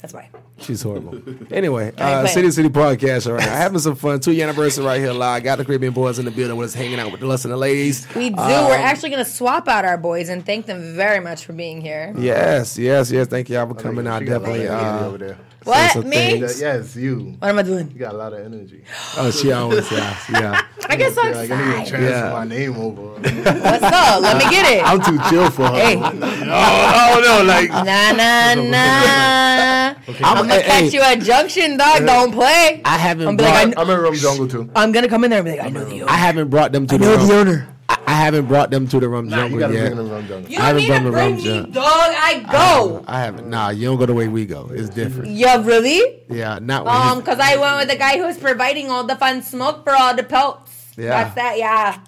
That's why. she's [LAUGHS] horrible. Anyway, uh, playing. City to City podcast. All right, having some fun. Two year anniversary right here live. Got the Caribbean boys in the building with us, hanging out with the lust and the ladies. We do. Um, We're actually gonna swap out our boys and thank them very much for being here. Yes, yes, yes. Thank y'all for coming out. Oh, She got a lot of Definitely. energy Uh, over there. What Sense of me? things. That- Yes, you. What am I doing? You got a lot of energy. oh, she always laughs. Yeah. I guess Yeah, I'm like, I need to fine. transfer Yeah. my [LAUGHS] name over. What's up? Let me get it. I'm too chill for her. [LAUGHS] hey, Oh, no, like nah, nah, nah. I'm, I'm gonna hey, catch hey, you at Junction, dog. Don't play. I haven't. I'm brought, like, I kn- I'm in Rum Jungle too. I'm gonna come in there and be like, I know the I owner. haven't brought them to the, know rum. the owner. I, I haven't brought them to the rum Nah, you jungle gotta yet. bring the Rum Jungle. You I don't haven't need brought to the bring rum me, jug. dog. I go. I haven't. Nah, you don't go the way we go. Mm-hmm. It's different. Yeah, really? Yeah, not when Um, um, cause I went with the guy who's providing all the fun smoke for all the pelts. Yeah. That's that. Yeah.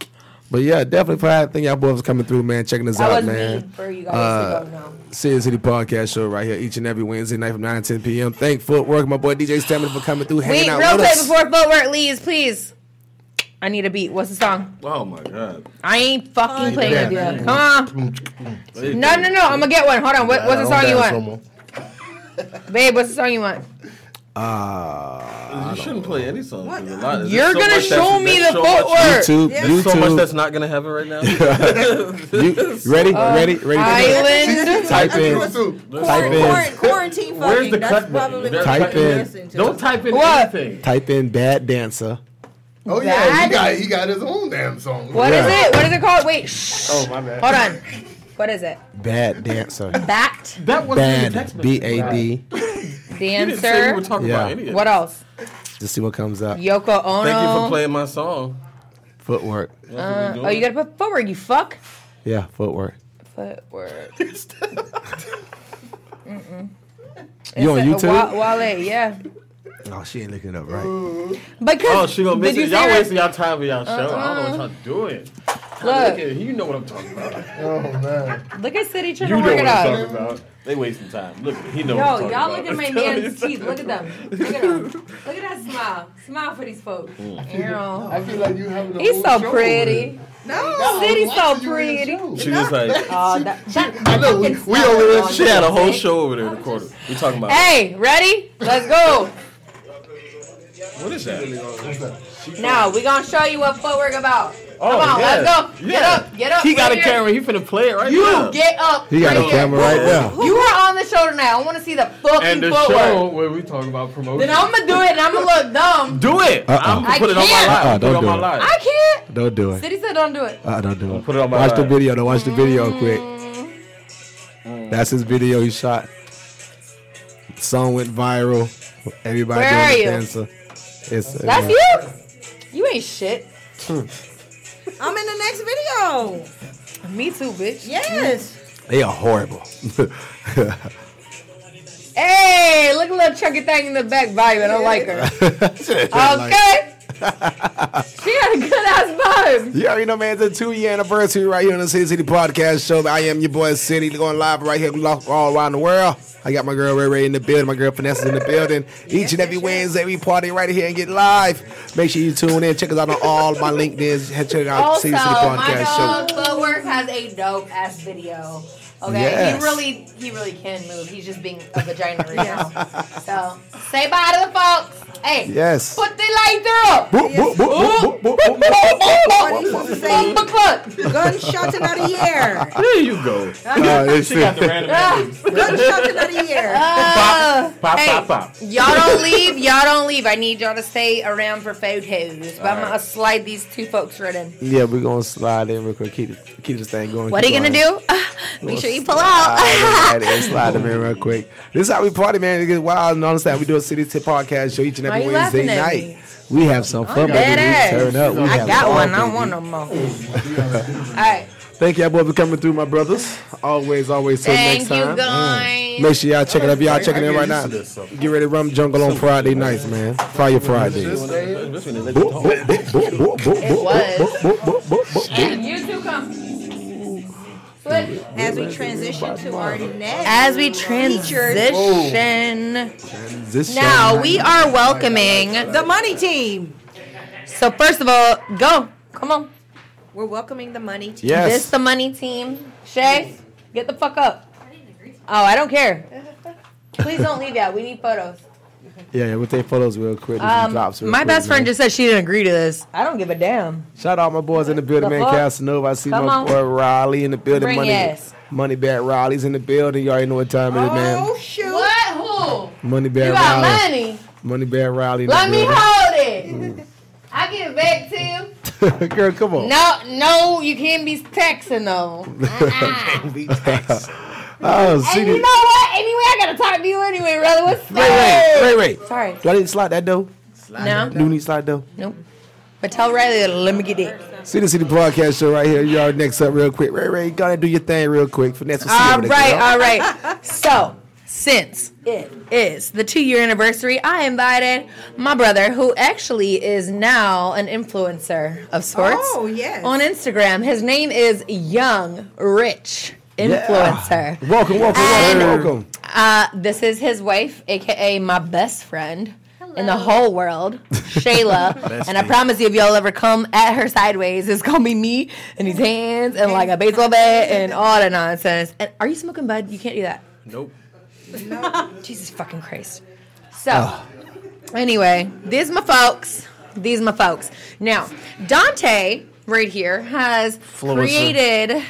But yeah, definitely proud. Thank y'all boys for coming through, man. Checking us That out, was man. me for you guys Uh, to go now. City City Podcast Show right here each and every Wednesday night from 9 to 10 p.m. Thank Footwork, my boy DJ Stamina for coming through, hanging Wait, out real with quick us. before footwork leaves, please. I need a beat. What's the song? Oh my god. I ain't fucking playing yeah. with you. Come on. No, no, no. I'm gonna get one. Hold on. What, what's the I song you don't dance want, no more. babe? What's the song you want? Uh, You shouldn't play any song. 'cause a lot- there's You're so gonna much show that's- me there's so the much- footwork. YouTube, There's so much that's YouTube. not gonna happen [LAUGHS] right now. [LAUGHS] you, ready, Uh, ready, ready, Island. Type in, type in, Quarant- quarantine fucking. Where's the That's cut probably button? what Type people in- listen to. Don't type in What? anything. type in bad dancer. Oh yeah, Bad? he got he got his own damn song. What is Yeah. it? What is it called? Wait. Shh. Oh my bad. Hold on. What is it? Bad dancer. Bat That wasn't even text Bad. message. B A D. You didn't say we dancer. were talking Yeah. about any of this. What else? Just see what comes up. Yoko Ono. Thank you for playing my song. Footwork. That's what we Oh, you doing. gotta put footwork. You fuck. Yeah, footwork. Footwork. [LAUGHS] You on It's a- YouTube? Wa- Wale. Yeah. No, Oh, she ain't looking up right. Because Oh, she gonna miss did it. you Y'all see her- Uh-huh. wasting y'all time with y'all show. I don't know what y'all doing. Look, Look, at you know what I'm talking about. Oh man. look at City trying You know to work what it I'm out. talking about. They wasting time. Look, he know. what Oh Yo, I'm talking y'all about. look at my I'm telling man's you. teeth. Look at them. Look at them. Look at that smile. Smile for these folks. Ew. I feel like you having a He's whole so show over pretty. there. No. City's so Watching you in the pretty. show. She just like Oh, that, that I know we, fucking we smile over there. on she had a whole dick. show over there recorded. We talking about Hey, ready? Let's go. what is that? Now we gonna show you what footwork about. Oh, Come on, yeah. let's go. Get Yeah. up, get up. Oh, He got right a here. camera. He finna play it right You now. get up. He got right a camera here. right now. You are on the show tonight. I want to see the fucking and the footwork. show where we talking about promotion. Then I'm gonna do it and I'm gonna look dumb. do it. I'm I gonna put it on my can't. live. put Uh-uh, it don't on do my it. live. I can't. Don't do it. City said don't do it. Uh, don't do it. Put it on my Watch the live. video. though. watch the Mm. video quick. Mm. That's his video he shot. Song went viral. Everybody Where are doing you? the dancer. It's uh, That's you. You ain't shit. I'm in the next video. Me too, bitch. Yes. They are horrible. [LAUGHS] Hey, look at little chunky thing in the back vibing. I like her. [LAUGHS] Okay. she got a good ass vibe. You already know, man. It's a two-year anniversary right here on the City City Podcast Show. I am your boy City, going live right here all around the world. I got my girl Ray Ray in the building. My girl Finesse is in the building. Each and every Wednesday, we party right here and get live. Make sure you tune in. Check us out on all my LinkedIn's. Check out Also, City City my Podcast Show. dog Footwork has a dope ass video. Okay, Yes. he really he really can move. He's just being a vagina right now. So say bye to the folks. Hey, Yes. put the light through. Boop, boop, boop, boop, boop, [LAUGHS] boop, boop. What he used to say, Bump the club. gunshots another year. There you go. Uh, it's- She got the random names. Gunshots another year. Uh, Pop, hey, pop, pop. Y'all don't leave. Y'all don't leave. I need y'all to stay around for photos. But I'm right. gonna slide these two folks right in. Yeah, we're gonna slide in real quick. Keep keep this thing going. What are keep you gonna going. do? [LAUGHS] Make sure you pull out. Slide [LAUGHS] in, slide in real quick. This is how we party, man. It gets wild and all this stuff. We do a city tip podcast show each and every Why you Wednesday laughing at night. me? We have some fun, baby. dead We ass. turn up. We I have got fun, one. I don't baby. want no more. All right. Thank y'all both for coming through, my brothers. Always, always. Till Thank next you time. Mm. guys. Make sure y'all check it out. If Y'all checking it get right used now. to this stuff. Get ready to rum jungle on Friday nights, man. Fire Fridays. You two come. But As we transition to our next. as we transition, Oh. now we are welcoming. the money team. So first of all, go. Come on. We're welcoming the money team. This Yes. the money team. Shay, get the fuck up. Oh, I don't care. Please don't leave yet. We need photos. Yeah, yeah, we'll take photos real quick. Um, my best friend just said she didn't agree to this. I don't give a damn. Shout out my boys in the building, The man. fuck? Casanova. I see Come my on. boy Riley in the building. Bring Money, ass. Money Bag Riley's in the building. You already know what time it is, man. Oh shoot! What? Who? Money Bag You got Riley. money. Money Bag Riley. In Let me the hold it. [LAUGHS] I give it back to you. building. Girl, come on. No, no, you can't be texting though. Uh-uh. Oh, and you CD. know what? Anyway, I gotta talk to you anyway, brother. What's Wait, wait, wait, wait. Sorry. Do I need to slide that though? No. Do we need to slide though? Nope. But tell Riley to let me get it. See the City Podcast Show right here. Y'all next up real quick. Ray Ray, gotta do your thing real quick. Finesse will see you All over there, right, girl. all right. So, since it is the two year anniversary, I invited my brother, who actually is now an influencer of sorts Oh, yes. on Instagram. His name is Young Rich Influencer. Welcome, welcome, welcome, And- welcome. Uh, this is his wife, aka my best friend in the whole world, Shayla. and I promise you, if y'all ever come at her sideways, it's gonna be me and these hands and like a baseball bat and all that nonsense. And are you smoking bud? You can't do that. Nope. [LAUGHS] Jesus fucking Christ. So, anyway, these my folks. These my folks. Now, Dante right here has created.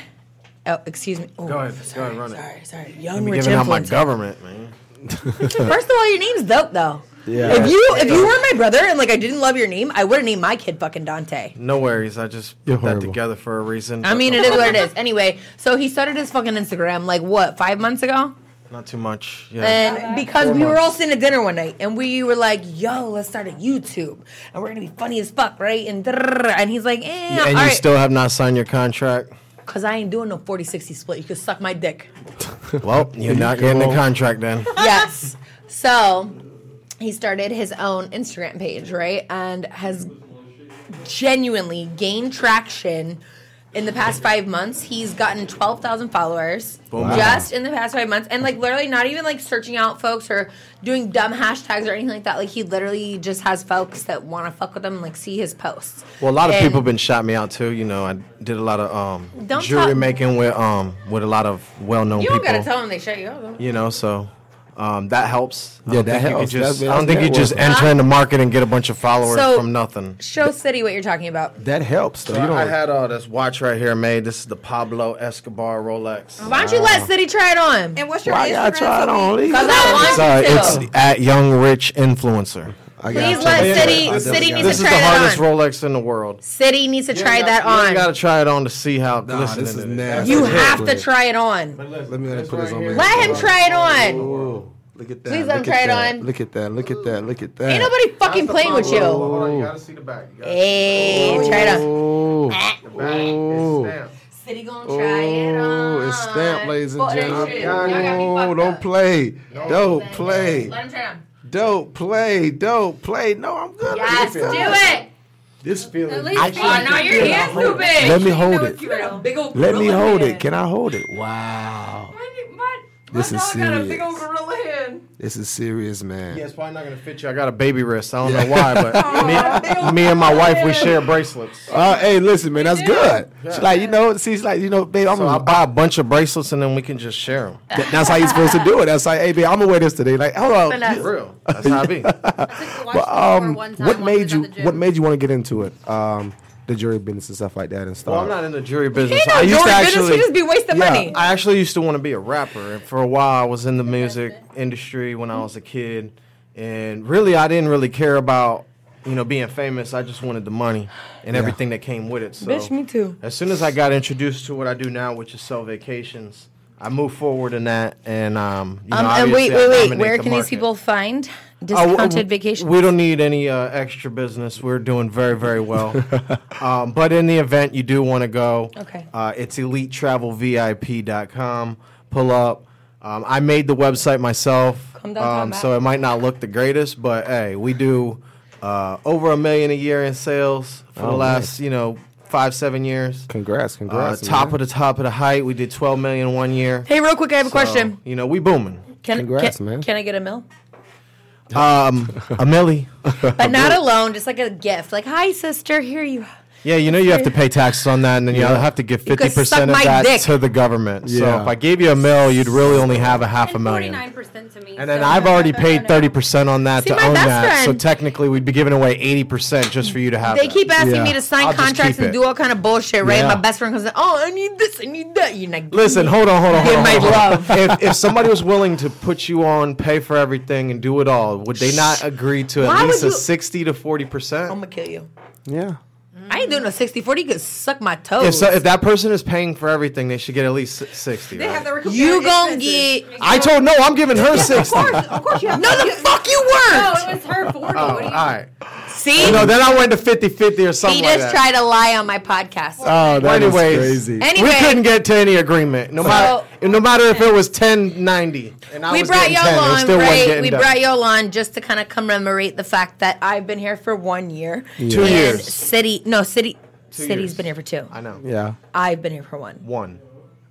Oh, excuse me. Oh, Go ahead. Go ahead. Run it. sorry, sorry. Young rich influencer. government, man. First of all, your name's dope though. Yeah. If you if you were my brother and like I didn't love your name, I would have named my kid fucking Dante. No worries. I just You're put that horrible. together for a reason. I but mean, not, it is what it is. Anyway, so he started his fucking Instagram like what five months ago, not too much. Yeah. and because we were all sitting at dinner one night and we were like, "Yo, let's start a YouTube and we're gonna be funny as fuck, right?" And drrrr, and he's like, "Eh, all and you right, still have not signed your contract. cause I ain't doing no 40-60 split. You could suck my dick." Well, you're not getting go. a contract then. yes. So he started his own Instagram page, right? And has genuinely gained traction in the past five months. He's gotten 12,000 followers Oh just in the past five months. And like literally not even like searching out folks or doing dumb hashtags or anything like that. Like he literally just has folks that want to fuck with him and like see his posts. Well, a lot of And- people been shot me out too. You know, I did a lot of um Don't jury talk- making with um with a lot of well-known You people. don't gotta tell them they shut you up. You know, so um, that helps. I Yeah, don't that think you could helps. Just, That's- I don't that's think you just networking. enter in the market and get a bunch of followers So- from nothing. Show City what you're talking about. That helps though. You I don't had uh, this watch right here made. This is the Pablo Escobar Rolex. Why don't you Ah. let City try it on? And what's your why y'all Instagram? try it so on? we- Leave Because it. I want Sorry, to. it's at Young Rich Influencer. I Please got let you. City. I definitely City got needs This to is the try hardest that on. Rolex in the world. City needs to try that You on. gotta try it on to see how. Nah, listen this to is this. nasty. You have to try it on. Let me let me put this on. my- Let him try it on. Whoa, Look at that. Please let him look at try it that, on. Look at that. Look at that. Look at that. Ain't nobody fucking playing with you. Hold on, you gotta see the back. You gotta Hey, try it on. Oh, see the back. It's stamped. City gonna oh, it's stamped, ladies and Fuck that gentlemen. shit. Y'all gotta be Oh, fucked don't up. play. Don't play. Let him try it on. Don't play. Don't play. No, I'm good. Yes, do it. This feeling. Oh, now your hand's too big. Let me hold it. You got a big old Let me gorilla hold hand. it. Can I hold it? Wow. What? This is got a big old serious. gorilla hand. This is serious, man. Yeah, it's probably not gonna fit you. I got a baby wrist. I don't know why, but me, me and my wife we share bracelets. Uh, hey, listen, man, that's good. She's like, you know, she's like, you know, babe, I'm So I gonna buy a bunch of bracelets and then we can just share them. That- that's how you're supposed to do it. That's like, hey, babe, I'm gonna wear this today. Like, hold on. Finesse. Real. That's how I be. But, um, what made you? What made you want to get into it? Um, the jury business and stuff like that and stuff. Well, I'm not in the jury business. no I used to jury business, actually you just be wasting yeah, money. I actually used to want to be a rapper, and for a while I was in the music industry when I was a kid, and really I didn't really care about you know being famous. I just wanted the money and everything that came with it. So Bitch, me too. as soon as I got introduced to what I do now, which is sell vacations, I moved forward in that, and um, you know, Um, and wait, obviously I wait, wait. dominate Where the can these market. people find Oh, w- discounted w- vacation? We don't need any uh, extra business. We're doing very, [LAUGHS] very well. um, but in the event you do want to go, Okay. uh, it's elitetravelvip.com. Pull up. Um, I made the website myself, Come downtown um, back. so it might not look the greatest, but hey, we do uh, over a million a year in sales for the last, you know, five, seven years. Oh, Congrats, Uh, congrats. top man. of the top of the height. We did 12 million one year. Hey, real quick, I have a question. So, you know, we booming. [LAUGHS] Can, Congrats, can, man. Can I get a mill? Um, a milli. But [LAUGHS] not alone, just like a gift. Like, hi, sister, here you are. Yeah, you know you have to pay taxes on that, and then you have to give You fifty could suck percent of my that dick. to the government. So Yeah. if I gave you a mil, you'd really only have a half a million. Forty-nine percent to me. And then I've already paid thirty percent on that See, to my own best that. So friend- technically, we'd be giving away eighty percent just for you to have. They that. keep asking Yeah. me to sign I'll just contracts keep and it. do all kind of bullshit, right? Yeah. My best friend comes in, oh, I need this, I need that. You're like, Listen, hold on, hold on, hold Give on. my hold on. love. If, if somebody was willing to put you on, pay for everything, and do it all, would they not agree to at Why would least you- a sixty to forty percent? I'm gonna kill you. Um, yeah. I ain't doing no 60 40. You could suck my toes. If so, if that person is paying for everything, they should get at least si- sixty. They right? have to recoup you their gonna expenses. get. I told no, I'm giving her sixty. Of course, of course you have No, to. the fuck you [LAUGHS] No, weren't. it was her forty. Oh, what all do you? right. See? No, then I went to 50 50 or something. he like just that. tried to lie on my podcast. Oh, that is Anyways. crazy. Anyway, We couldn't get to any agreement. No matter, no matter if it was 1090. And I we was brought getting y'all 10, it on, still wasn't right? getting We done. brought y'all on just to kind of commemorate the fact that I've been here for one year. Two And years. City, no, city. City's years. been here for two. I know. Yeah. I've been here for one. One.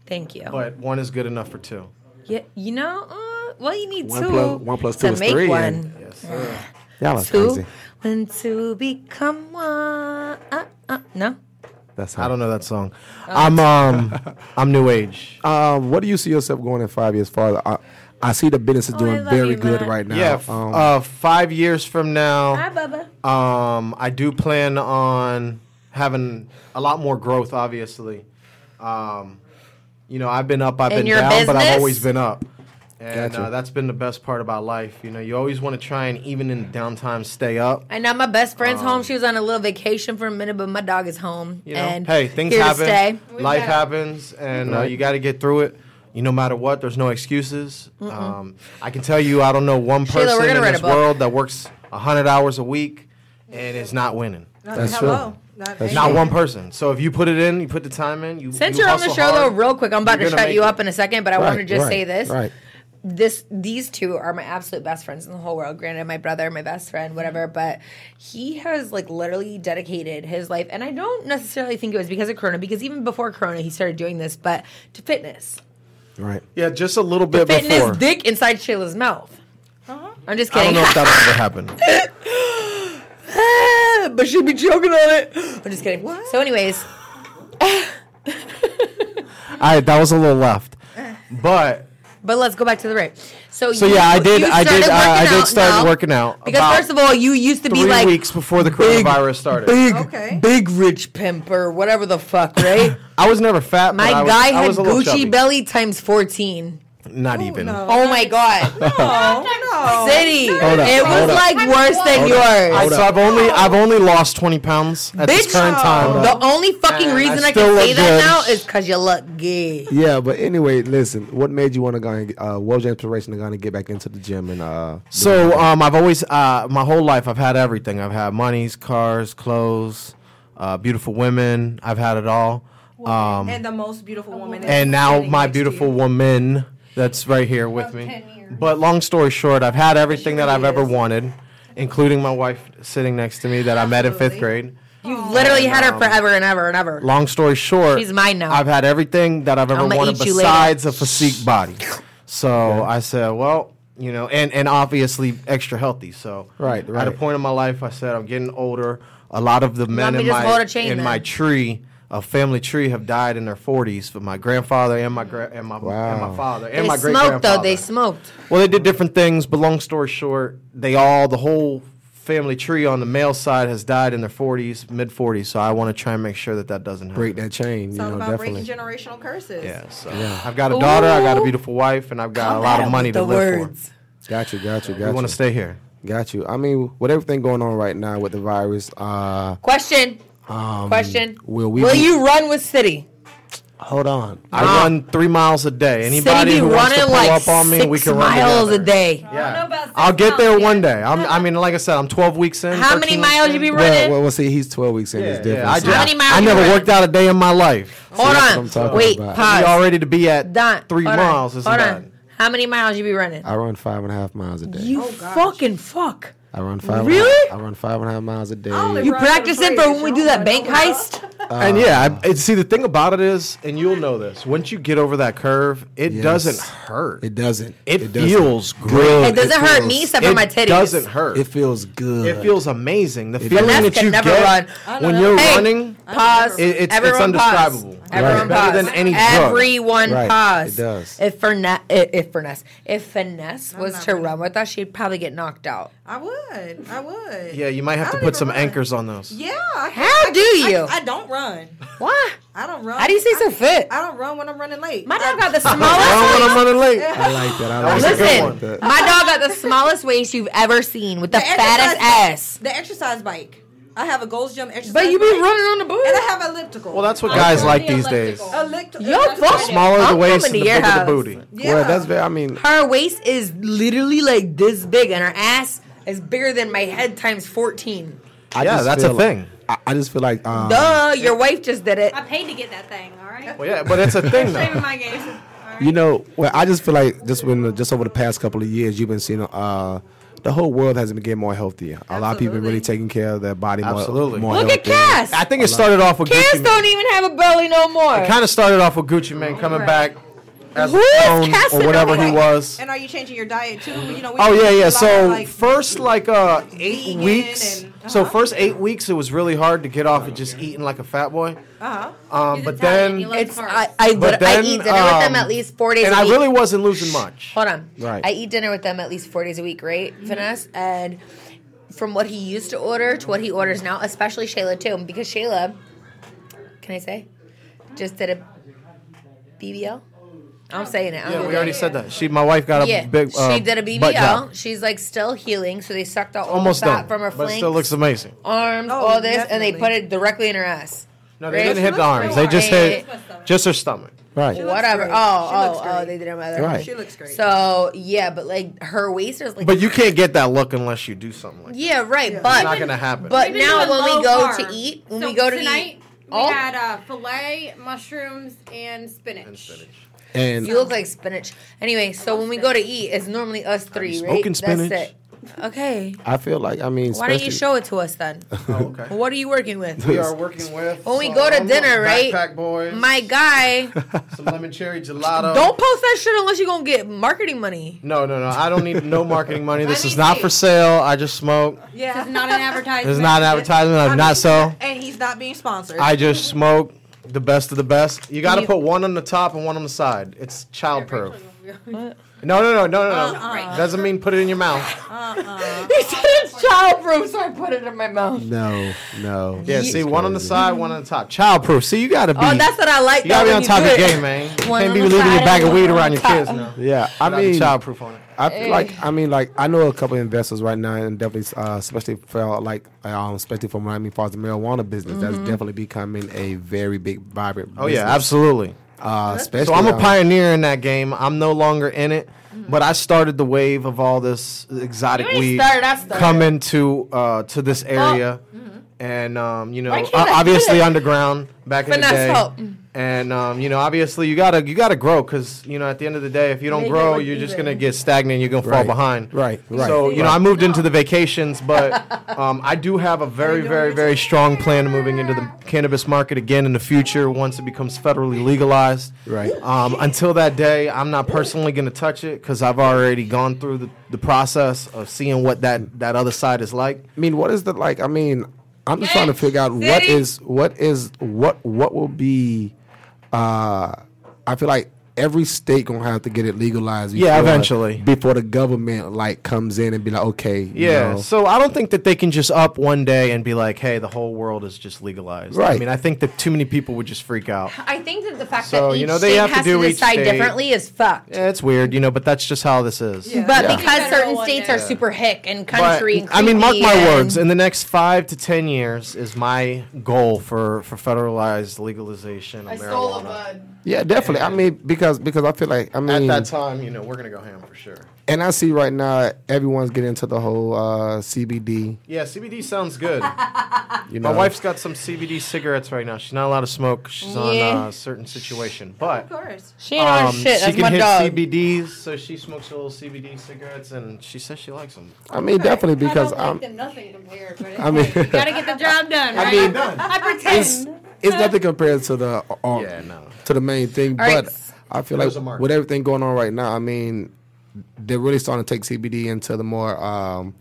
Thank you. But one is good enough for two. Yeah, you know, uh, well, you need One two. plus- one plus two to is make three, one. Yes, sir. Y'all are Two. crazy. When two become one. Uh, uh, no. That's how. I don't know that song. Oh. I'm um [LAUGHS] Uh, I'm new age. Um, what do you see yourself going in five years? Farther, I, I see the business is Oh, I doing love very you, good Matt. right now. yeah, f- um, uh, five years from Hi, now, Bubba. um, I do plan on having a lot more growth. Obviously, um, you know, I've been up, I've In been your down, but I've business? always been up. And Gotcha. uh, that's been the best part about life. You know, you always want to try and even in downtime stay up. And now my best friend's home. She was on a little vacation for a minute, but my dog is home. Um, You know, and hey, things here to happen. stay. Life happens, and uh, you got to get through it. You no matter what, there's no excuses. Um, I can tell you, I don't know one Sheila, we're person gonna in write a this book. world that works 100 hours a week and is not winning. That's Hello. true. Not- Not one person. So if you put it in, you put the time in. You Since you you're on the hustle show, hard, though, real quick, I'm about you're to gonna shut make you it. up in a second, but I want to just right, say this. Right. This these two are my absolute best friends in the whole world. Granted, my brother, my best friend, whatever, but he has like literally dedicated his life, and I don't necessarily think it was because of Corona, because even before Corona, he started doing this, but to fitness, Right. Yeah, just a little bit fitness before. dick inside Shayla's mouth. Uh-huh. I'm just I kidding. don't know if that [LAUGHS] ever happened. Eh, but she'd be joking on it. I'm just kidding. So, anyways, All right, that was a little left, but But let's go back to the rape. So, So yeah, I did- I did- uh, started I- I working did out start now, working out because about first of all, you used to be three like weeks before the big- coronavirus started. big, Okay. big rich pimp or whatever the [LAUGHS] fuck, right? I was never fat. My but I was, guy I had was a little Gucci chubby. belly times fourteen. Not even. no. Oh my god, [LAUGHS] No, no. city, up, it was hold up. like worse than yours. I, so I've only I've only lost twenty pounds at Bitch, this current time. uh, the only fucking Man, I reason I, still can say look that good. now is because you look gay. Yeah, but anyway, listen. What made you want to go? And, uh, what was your inspiration to go and get back into the gym and uh? So um, I've always uh, my whole life I've had everything. I've had monies, cars, clothes, uh, beautiful women. I've had it all. Um, And the most beautiful woman. is and now sitting my next to you. beautiful woman that's right here with me. 10 years. But long story short, I've had everything that I've ever wanted, including my wife sitting next to me that I met in fifth grade. You've literally had her forever and ever and ever. Long story short, She's mine now. I've had everything that I've ever I'ma wanted eat you [LAUGHS] besides a physique body. So I said, well, you know, and, and obviously extra healthy. So Right, at a right. point in my life, I said I'm getting older. A lot of the men me in to just hold my a chain in then? my tree, a family tree, have died in their 40s. But my grandfather and my gra- and my and my Wow. father and They my great smoked grandfather. though. They smoked. Well, they did different things, but long story short, they all the whole family tree on the male side has died in their 40s, mid 40s. So I want to try and make sure that that doesn't happen. break that chain. It's all you know, about definitely. breaking generational curses. Yeah. So I've got a daughter, I got a beautiful wife, and I've got a lot of money to live for. Got you, got you, got We you. want to stay here. Got you. I mean, with everything going on right now with the virus, uh, Question. Um, Question. will we Will be- you run with City? hold on. I run three miles a day. Anybody City be who wants to running pull like up on me, six we can run miles together. a day. Yeah. know about six I'll get there miles, one yeah. day. I'm, I mean, like I said, I'm 12 weeks in. How many 13 weeks miles you in. be Well, running? well, well, see, he's 12 weeks in. it's Yeah, different. I, so- ju- many miles I you never run? worked out a day in my life. Hold that's what I'm on. talking Wait. about. We Pause. already to be at Don, three hold on, miles. Isn't Hold bad. on. How many miles you be running? Uh, I run five and a half miles a day. You fucking fuck. I run five. Really? And a half, I run five and a half miles a day. only You Run for the practicing for when we do bridge, that y'all. bank heist? Uh, and yeah, I, and see the thing about it is, and you'll know this. Once you get over that curve, it Yes. doesn't hurt. It doesn't. It, doesn't. feels good. It doesn't hurt feels- me except for my It titties. doesn't hurt. It feels good. It feels amazing. The feeling Vanessa that can you never get run. when you're Hey, running, Pause. It- it's- it's Everyone indescribable. Pause. Right. Everyone It's better pause. than any drug. Everyone Right. pause. It does. If finesse, if finesse, if finesse was not to running. run with us, she'd probably get knocked out. I would. I would. yeah, you might have I to don't put even some run. anchors on those. Yeah. I How I- do I- you? I, don't run. Why? I don't run. How do you stay I- so fit? I don't run when I'm running late. My I- dog got the I smallest. don't want to run late. I like that. I like was a that. good I one. like that. My dog got the smallest waist you've ever seen with the, fattest ass. The exercise bike. I have a Gold's Gym exercise. But you be bike, running on the And I booty. have elliptical. Well, that's what guys like these days. Elliptical. Yo, fuck. Smaller the I'm waist and coming the to your bigger the house. booty. Yeah. Well, that's very. I mean, Her waist is literally like this big, and her ass is bigger than my head times fourteen. I Yeah, just that's a feel- thing. I, I just feel like. Um, Duh, your wife just did it. I paid to get that thing, all right? Well, yeah, but [LAUGHS] it's a thing Saving though. my games. all right? You know, well, I just feel like just when just over the past couple of years, you've been seeing uh, the whole world has been getting more healthier. A lot of people really taking care of their body more. Absolutely. more Look at healthy. Cass. I think it started off with Cass Gucci. don't even have a belly no more. It kind of started off with Gucci Man coming back as Who a is clone Casanova? or whatever he was. And are you changing your diet too? You know. we Oh do a yeah, lot yeah. of, So like, first like uh eight vegan weeks. and- So uh-huh. first eight weeks, it was really hard to get off of just eating like a fat boy. Uh-huh. Um, He's but Italian, he then loves It's carbs. I I, But lit- I then, eat dinner with them um, at least four days. and a I week. really wasn't losing much. hold on. Right. I eat dinner with them at least four days a week, right, Finesse? And from what he used to order to what he orders now, especially Shayla too, because Shayla, can I say, just did a BBL. I'm saying it. I don't Yeah, give we a- already said that. She, my wife, got a Yeah, big. Uh, she did a butt job. BBL. She's like still healing, so they sucked out all the Almost fat done. from her but it flanks, still looks amazing. arms, Oh, all this, and they definitely. put it directly in her ass. No, they Right. didn't hit She the looks arms. They just hit great. just her stomach. Right. looks Whatever. great. Oh, She oh, looks oh, great. they did her mother. Right. She looks great. So yeah, but like her waist is like. But you can't get that look unless you do something like that. yeah, right. But It's not gonna happen. But We've been now doing when low we go to carb. eat, when So we go to tonight, eat, we oh, had uh, filet, mushrooms, and spinach. And you look like spinach. Anyway, so when we go to eat, it's normally us three, right? smoking spinach? That's it. Okay. I feel like I mean, Why don't you especially- show it to us [LAUGHS] then? Oh, okay. What are you working [LAUGHS] with? We are working with. When we go to some dinner, right? Backpack boys. My guy, some lemon cherry gelato. don't post that shit unless you're gonna get marketing money. No, no, no. I don't [LAUGHS] need no marketing money. This mean, is not hey. for sale. I just smoke. This yeah. is [LAUGHS] not an advertisement. This is not an advertisement. I do not sell. And he's not being sponsored. I just smoke the best of the best. You got to You- put one on the top and one on the side. It's child proof. No, no, no, no, no, Uh, no. Doesn't mean put it in [LAUGHS] your mouth. He said it's childproof, so I put it in my Mm. mouth. No, no. Yeah, see, one on the side, one on the top. Child proof. See, you got to be. Oh, that's what I like. you gotta be though, on when top of do your it. game, man. You One can't on be the leaving side your bag and of one weed on around the your kids top. now. Yeah, I I mean, mean, child proof on it. I feel like I mean, like I know a couple of investors right now, and definitely, uh, especially for like, um, especially for Miami, as far as the marijuana business, that's Mm-hmm. definitely becoming a very big, vibrant. Oh yeah, business. absolutely. Uh, especially, So I'm a um, pioneer in that game. I'm no longer in it, but I started the wave of all this exotic You already weed started, I started. Oh. Mm-hmm. coming to uh, to this area, and um, you know, Why can't uh, I do obviously that? underground back in the Finesse day. help. And um, you know, obviously, you gotta you gotta grow because you know, at the end of the day, if you don't Make it grow, look you're just even. gonna get stagnant. You're gonna fall Right. behind. Right, right, So you know, I moved into the [LAUGHS] vacations, but um, I do have a very, very, very strong plan of moving into the cannabis market again in the future once it becomes federally legalized. Right. Um, until that day, I'm not personally gonna touch it because I've already gone through the, the process of seeing what that that other side is like. I mean, what is the like? I mean, I'm just trying to figure out what City. is what is what what will be. uh I feel like every state gonna have to get it legalized. Yeah, eventually. before the government like comes in and be like, okay, you Yeah, know. so I don't think that they can just up one day and be like, "Hey, the whole world is just legalized." I Right. mean, I think that too many people would just freak out. I think that the fact So, that each you know, they state have to has to, do each decide state. differently is fucked. Yeah, it's weird, you know, but that's just how this is. But Yeah. because Federal certain one states day. are super hick and But, country, and I mean, mark creepy my and- words. In the next five to ten years, is my goal for for federalized legalization of marijuana. uh, yeah, definitely. I mean, because because I feel like I At mean, that time, you know, we're gonna go ham for sure. and I see right now everyone's getting into the whole uh CBD. Yeah, CBD sounds [LAUGHS] good. You know, My wife's got some CBD cigarettes right now. She's not allowed to smoke. She's on Yeah. uh, a certain situation, but. Of course. She ain't on Um, shit. she That's can my hit dog. CBDs, so she smokes a little CBD cigarettes, and she says she likes them. I mean, definitely because um, I don't I'm. think them nothing compared, but it's I mean, like, you gotta get the job done. Right? I mean, I it's pretend. it's nothing compared to the uh, Yeah, no. to the main thing. right. but I feel There's a like market. with everything going on right now, I mean, they're really starting to take CBD into the more um,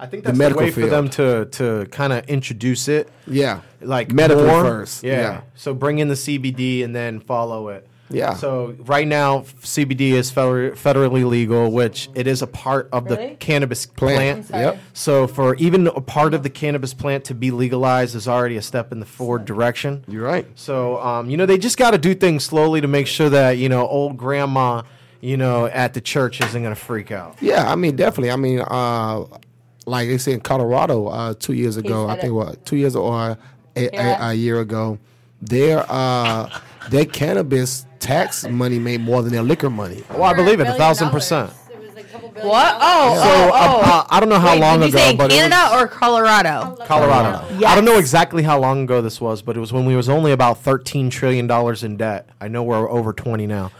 I think The that's the, medical way for field. them to to kind of introduce it, yeah, like medical more. first. Yeah. So bring in the CBD and then follow it. Yeah. So right now f- CBD is feder- federally legal, which it is a part of the Really? cannabis Plant. plant. Yep. So for even a part of the cannabis plant to be legalized is already a step in the forward direction. You're right. So, um, you know, they just got to do things slowly to make sure that, you know, old grandma, you know, at the church isn't going to freak out. Yeah, I mean, definitely. I mean, uh, like they said in Colorado uh, two years ago, I said think it. what two years or uh, a, Yeah. a, a year ago, their uh, their cannabis tax money made more than their liquor money. Well, I believe it, a thousand percent. It was like a couple billion What? dollars. Oh, So, oh, oh. uh, I don't know how Wait, long did you ago, say but Canada it was or Colorado? Colorado. Yes. I don't know exactly how long ago this was, but it was when we was only about thirteen trillion dollars in debt. I know we're over twenty now,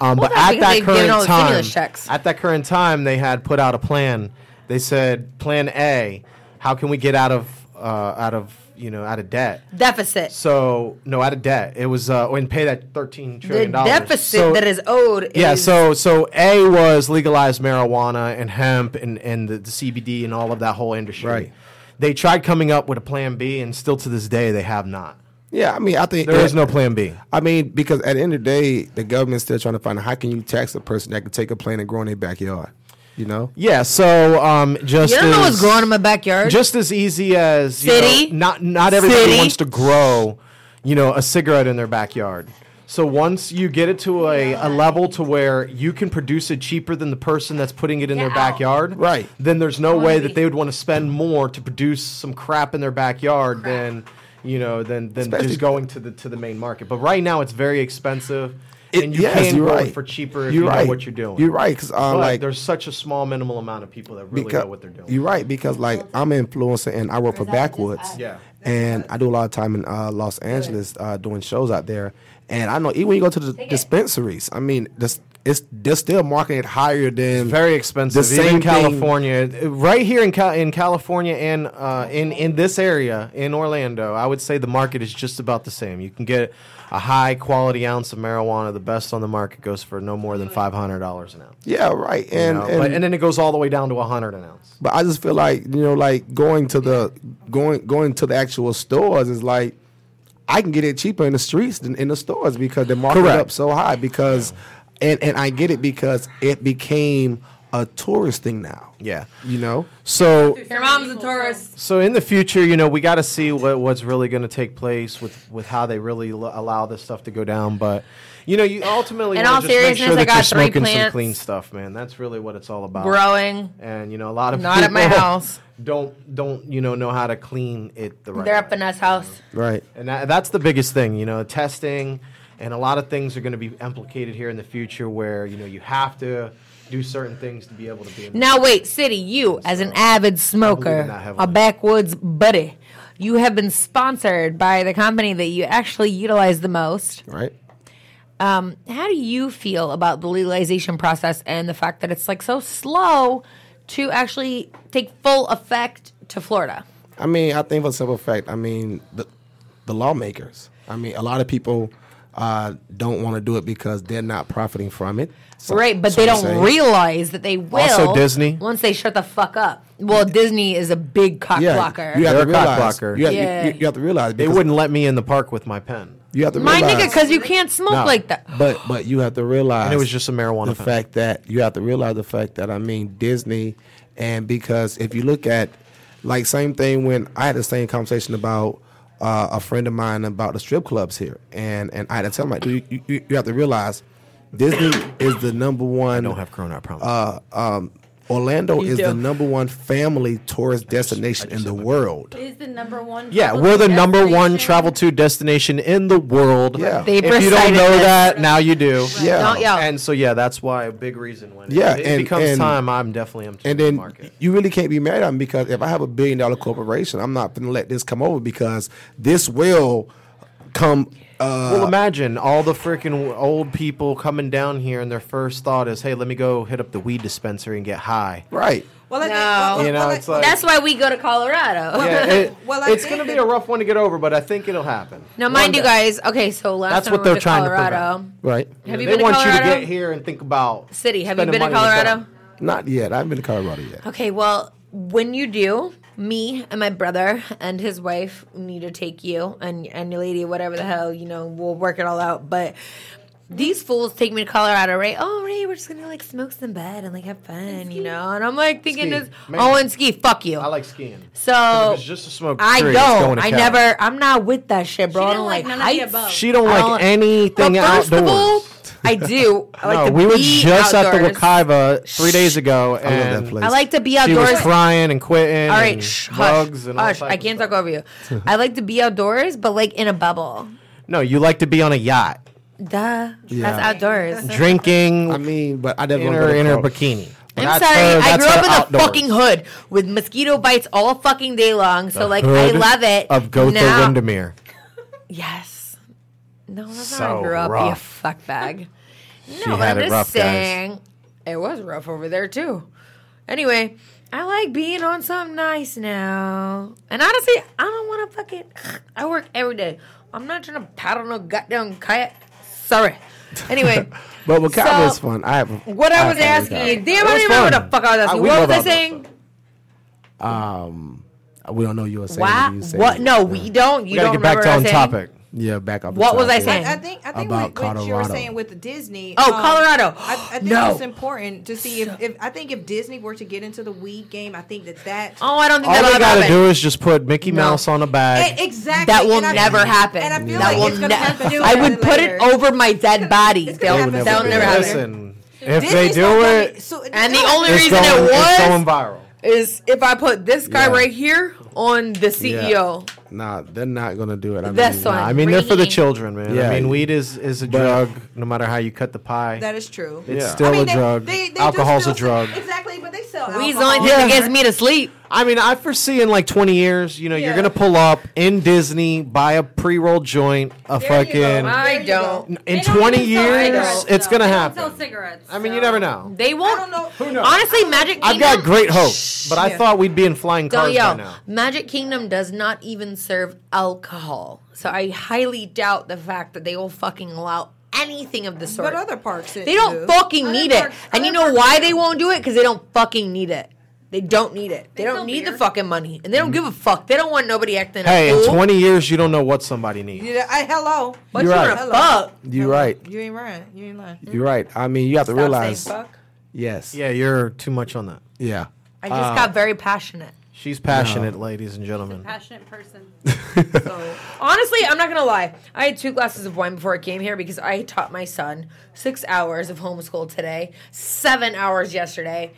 um, but that's at because that they've given all current the stimulus time, checks. at that current time, they had put out a plan. They said, Plan A: How can we get out of uh, out of you know out of debt? Deficit. So no, out of debt. It was uh, and pay that thirteen The trillion dollars. deficit So- that is owed. yeah. is- So so A was legalized marijuana and hemp and and the, the CBD and all of that whole industry. Right. They tried coming up with a plan B, and still to this day they have not. Yeah, I mean, I think There is no plan B. I mean, because at the end of the day, the government's still trying to find out how can you tax a person that can take a plane and grow in their backyard. You know, Yeah. So um, just you don't know what's as- growing in my backyard. Just as easy as you know, City. not not everybody City. wants to grow, you know, a cigarette in their backyard. So once you get it to a, a level to where you can produce it cheaper than the person that's putting it in their Yeah. backyard, Right. Then there's no way that they would want to spend more to produce some crap in their backyard than you know than than Especially- just going to the to the main market. But right now it's very expensive, It- and you yes, can you're grow right. it for cheaper if You're you right. know what you're doing. You're right, 'cause, uh, But like- there's such a small minimal amount of people that really know what they're doing. You're right because like I'm an influencer and I work for Backwoods. Yeah. And I do a lot of time in uh, Los Angeles uh, doing shows out there, and I know even when you go to the dispensaries, I mean, this, it's they're still marketing it higher than very expensive. The Even same in thing- California, right here in Cal- in California and uh, in in this area in Orlando, I would say the market is just about the same. You can get a high quality ounce of marijuana. The best on the market goes for no more than five hundred dollars an ounce. Yeah, right. you And know? and, but, and then it goes all the way down to a hundred an ounce. But I just feel like you know, like going to the going going to the actual stores is like I can get it cheaper in the streets than in the stores because they're marking Correct. up so high. Because and and I get it because it became a tourist thing now. Yeah. you know. So Your mom's a tourist. So in the future, you know, we got to see what, what's really going to take place with, with how they really l- allow this stuff to go down. But you know, you ultimately In wanna all just make seriousness, sure I that got you're three smoking some plants. clean stuff, man. That's really what it's all about. growing. And you know, a lot of Not at my people house. [LAUGHS] Don't don't you know know how to clean it the right. They're way. up in us house. Right. And that, that's the biggest thing, you know, testing and a lot of things are going to be implicated here in the future where, you know, you have to do certain things to be able to be in the Now wait, City, you as an avid I believe in that smoker, a heavily. backwoods buddy, You have been sponsored by the company that you actually utilize the most. right? Um, how do you feel about the legalization process and the fact that it's like so slow to actually take full effect to Florida? I mean, I think for the simple fact, I mean, the, the lawmakers. I mean, a lot of people uh, don't want to do it because they're not profiting from it. So- right, but so they to don't say. realize that they will. Also Disney. Once they shut the fuck up. Well, Disney is a big cock Yeah, blocker. You have They're to a cock realize. blocker. You have, you- Yeah. you, you have to realize They because wouldn't let me in the park with my pen. You have to My realize, nigga, because you can't smoke No, like that. But but you have to realize, And it was just a marijuana The thing. fact that you have to realize the fact that I mean Disney, and because if you look at, like same thing when I had the same conversation about uh, a friend of mine about the strip clubs here, and and I had to tell him like, dude, you, you, you have to realize. Disney is the number one. Don't have Corona, I promise. uh, um, Orlando You is do. the number one family tourist destination in the world. Is the number one. Oh. yeah, travel we're the number one destination. travel to destination in the world. Yeah. They if you don't recited know this. that, now you do. Yeah. Don't y'all. And so yeah, that's why a big reason when it- Yeah, it, and- becomes and- time, I'm definitely into And the then market. you really can't be mad at me because if I have a billion dollar corporation, I'm not going to let this come over because this will come. Uh, Well, imagine all the freaking old people coming down here, and their first thought is, "Hey, let me go hit up the weed dispensary and get high." right. Well, I think, No. well, well, You know, well, it's like- That's why we go to Colorado. Yeah, it- Well, I it's think going to be that- a rough one to get over, but I think it'll happen. [LAUGHS] Now, mind you One day. guys, okay, so last That's time what we they're went to trying to Colorado. prevent. Right. Have They you been to want you to Colorado? get here and think about City, have you spending been to money yourself. Colorado? Not yet. I haven't been to Colorado yet. Okay, well, when you do, me and my brother and his wife need to take you and and your lady, whatever the hell, you know, we'll work it all out. But these fools take me to Colorado, right? Oh, Ray, we're just gonna like smoke some bud and like have fun, you know. And I'm like thinking, Ski. this, Maybe. oh, and ski, fuck you. I like skiing. so If it's just to smoke I trees, it's going don't. to I Cali. never. I'm not with that shit, bro. She I didn't don't like like none of the heights. above. She don't I like don't- anything But Uh, first outdoors. of all, I [LAUGHS] do. I like no, to we were be just at the outdoors. Wakaiva three days ago, I and love that place. I like to be she was outdoors. crying and quitting. All right, and shh, drugs hush, and all hush. types I of can't stuff. talk over [LAUGHS] you. I like to be outdoors, but like in a bubble. No, you like to be on a yacht, Duh, Yeah. that's outdoors. drinking I mean, but I never in wanna her go to in her Col- bikini. I'm That's sorry, her- I that's grew her up in outdoors. the fucking hood with mosquito bites all fucking day long. So like, I Hood love it. Of Gotha Now- Windermere. Yes. No, that's So how I grew up. rough. You fuckbag. No, She had I'm it just rough, guys. saying it was rough over there too. Anyway, I like being on something nice now. And honestly, I don't want to fucking. [SIGHS] I work every day. I'm not trying to paddle no goddamn kayak. Sorry. [LAUGHS] Anyway, But with Cali is So- fun. I have. what I was have fun with asking you, Cali. damn, I was don't even remember fun. what the fuck I was Uh, asking. we what love was I outdoor saying? Um, we don't know you were saying. Why? You saying What? No, we don't. You We gotta don't get back remember what to I on was saying. topic. Yeah, back up. the What was top, I yeah. saying? I think I think About what, what you were Colorado. saying with the Disney. um, Oh, Colorado. I, I think No. it's important to see if, if I think if Disney were to get into the weed game, I think that that e, Oh, I don't think All that'll they gotta happen. do is just put Mickey Mouse on a Eh, bag. exactly That will and I never feel- happen. And I feel that like will it's ne- gonna happen sooner [LAUGHS] I would than put later. it over my dead body. it's They'll, gonna never, happen they'll sooner never than happen. later. Listen, if Disney's they do not gonna be- it, so- And the no, only it's reason going, it it's going was viral. is if I put this guy Yeah. right here on the E Yeah. CEO. Nah, they're not gonna do it. I That's mean, fine. I mean, they're for the Reading. children, man. Yeah. I mean, weed is, is a drug, no matter how you cut the pie. that is true. it's Yeah. still I mean, a drug. do Alcohol's still a drug. sell- Exactly, but they sell alcohol. He's the only thing that gets me to sleep. I mean, I foresee in like 20 years, you know, Yeah. you're going to pull up in Disney, buy a pre roll joint, There a you go. fucking. I There you go. don't. They In don't 20 even sell years, it's cigarettes, though. going to They don't Sell happen. cigarettes. I mean, so- you never know. They won't. don't know. Who knows? Honestly, Magic Kingdom. I've got great hope, but I thought we'd be in flying Don't cars by yo, now. Magic Kingdom does not even serve alcohol, so I highly doubt the fact that they will fucking allow anything of the sort. But other parks, it They don't do. fucking Other need it. parks- And other you know parks why do. they won't do it? Because they don't fucking need it. They don't need it. They, They don't sell need the beer. fucking money. And they don't give a fuck. They don't want nobody acting Hey, a in fool. 20 years, you don't know what somebody needs. Yeah, I, hello. but You're you're right. a Hello. fuck. You're right. You ain't lying. You ain't lying. You're right. I mean, you have to Stop realize. saying fuck. Yes. Yeah, you're too much on that. Yeah. I just uh, got very passionate. She's passionate, ladies and gentlemen. Passionate [LAUGHS] person. So honestly, I'm not gonna lie. I had two glasses of wine before I came here because I taught my son six hours of homeschool today, seven hours yesterday.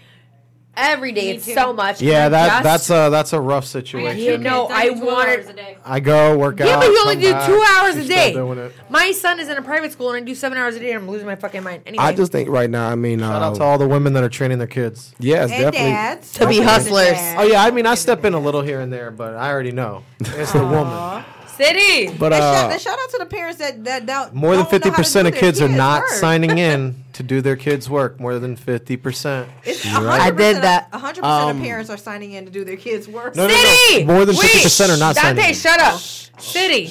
every day. Me It's too. so much. Yeah, and that just- that's a that's a rough You situation. know, I a wanted. day. I go work out. Yeah, but you only do come two back, hours she's a still day. doing it. My son is in a private school, and I do seven hours a day. and I'm losing my fucking mind. Anyway, I just think right now, I mean, Shout uh, out to all the women that are training their kids. yes, And definitely. dads. To be Don't forget the hustlers. dads. Oh yeah, I mean I step in a little here and there, but I already know it's the woman. city. But And uh, shout, and shout out to the parents that that don't. more than don't know how to fifty percent do of their kids are not work. signing in to do their kids' work. More than fifty percent. It's 100% I did that. A hundred percent Um, of parents are signing in to do their kids' work. No, no, no. City. More than Wait. 50% are not Dante, signing in. shut up. City.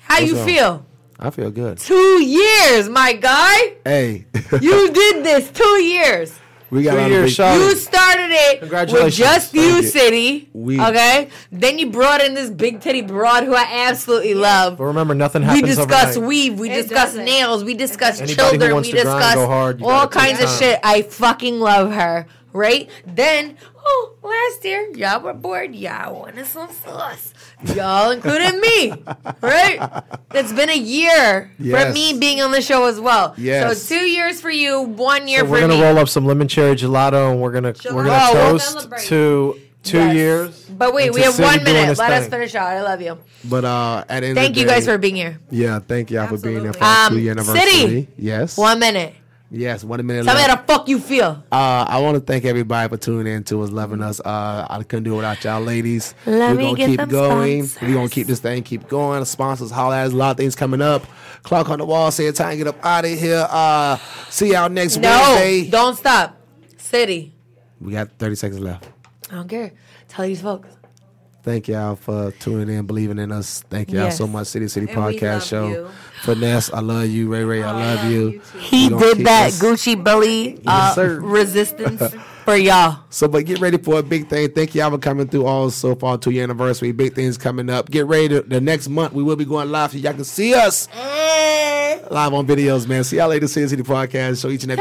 How you up? feel? I feel good. Two years, my guy. Hey, [LAUGHS] You did this two years. we got Two a lot of years big- shot. You started it with Congratulations. just Thank you, you. City. We- okay. Then you brought in this big titty broad who I absolutely love. But remember, nothing We happens discuss overnight. weave, we It discuss doesn't. nails, we discuss Anybody who children, we wants to grind, discuss go hard, you all gotta take kinds of time. shit. I fucking love her, right? Then, oh, last year, y'all were bored, y'all wanted some sauce. Y'all including [LAUGHS] me, right? It's been a year for Yes. me being on the show as well. Yes. So two years for you, one year So for we're gonna me. roll up some lemon cherry gelato, and we're gonna we're gonna Gelato. Oh, toast celebrate. to two Yes. years. But wait, and we to have City one doing minute. this Let us thing. finish out. I love you. But uh, at the end of Thank the you guys day- for being here. Yeah, thank y'all for being here for our Absolutely. two year Um, anniversary. City. Yes. One minute. Yes, one minute Tell me left. how the fuck you feel. Uh, I want to thank everybody for tuning in to us, loving us. Uh, I couldn't do it without y'all, ladies. Let We're me gonna get keep them going. sponsors. We're gonna keep this thing keep going. Sponsors, holla at us. A lot of things coming up. Clock on the wall. Say it's time to get up out of here. Uh, see y'all next No, Wednesday. don't stop. City. We got 30 seconds left. I don't care. Tell these folks. Thank y'all for tuning in, believing in us. Thank y'all Yes. so much, City City And we love Podcast Show. you. Finesse, I love you. Ray Ray, I love you. too. He We gonna did keep that this- Gucci Belly uh, sir. [LAUGHS] resistance for y'all. So, but get ready for a big thing. Thank y'all for coming through all so far to your anniversary. Big things coming up. Get ready. To, the next month, we will be going live so y'all can see us live on videos, man. See y'all later. See you the podcast. Show each and every.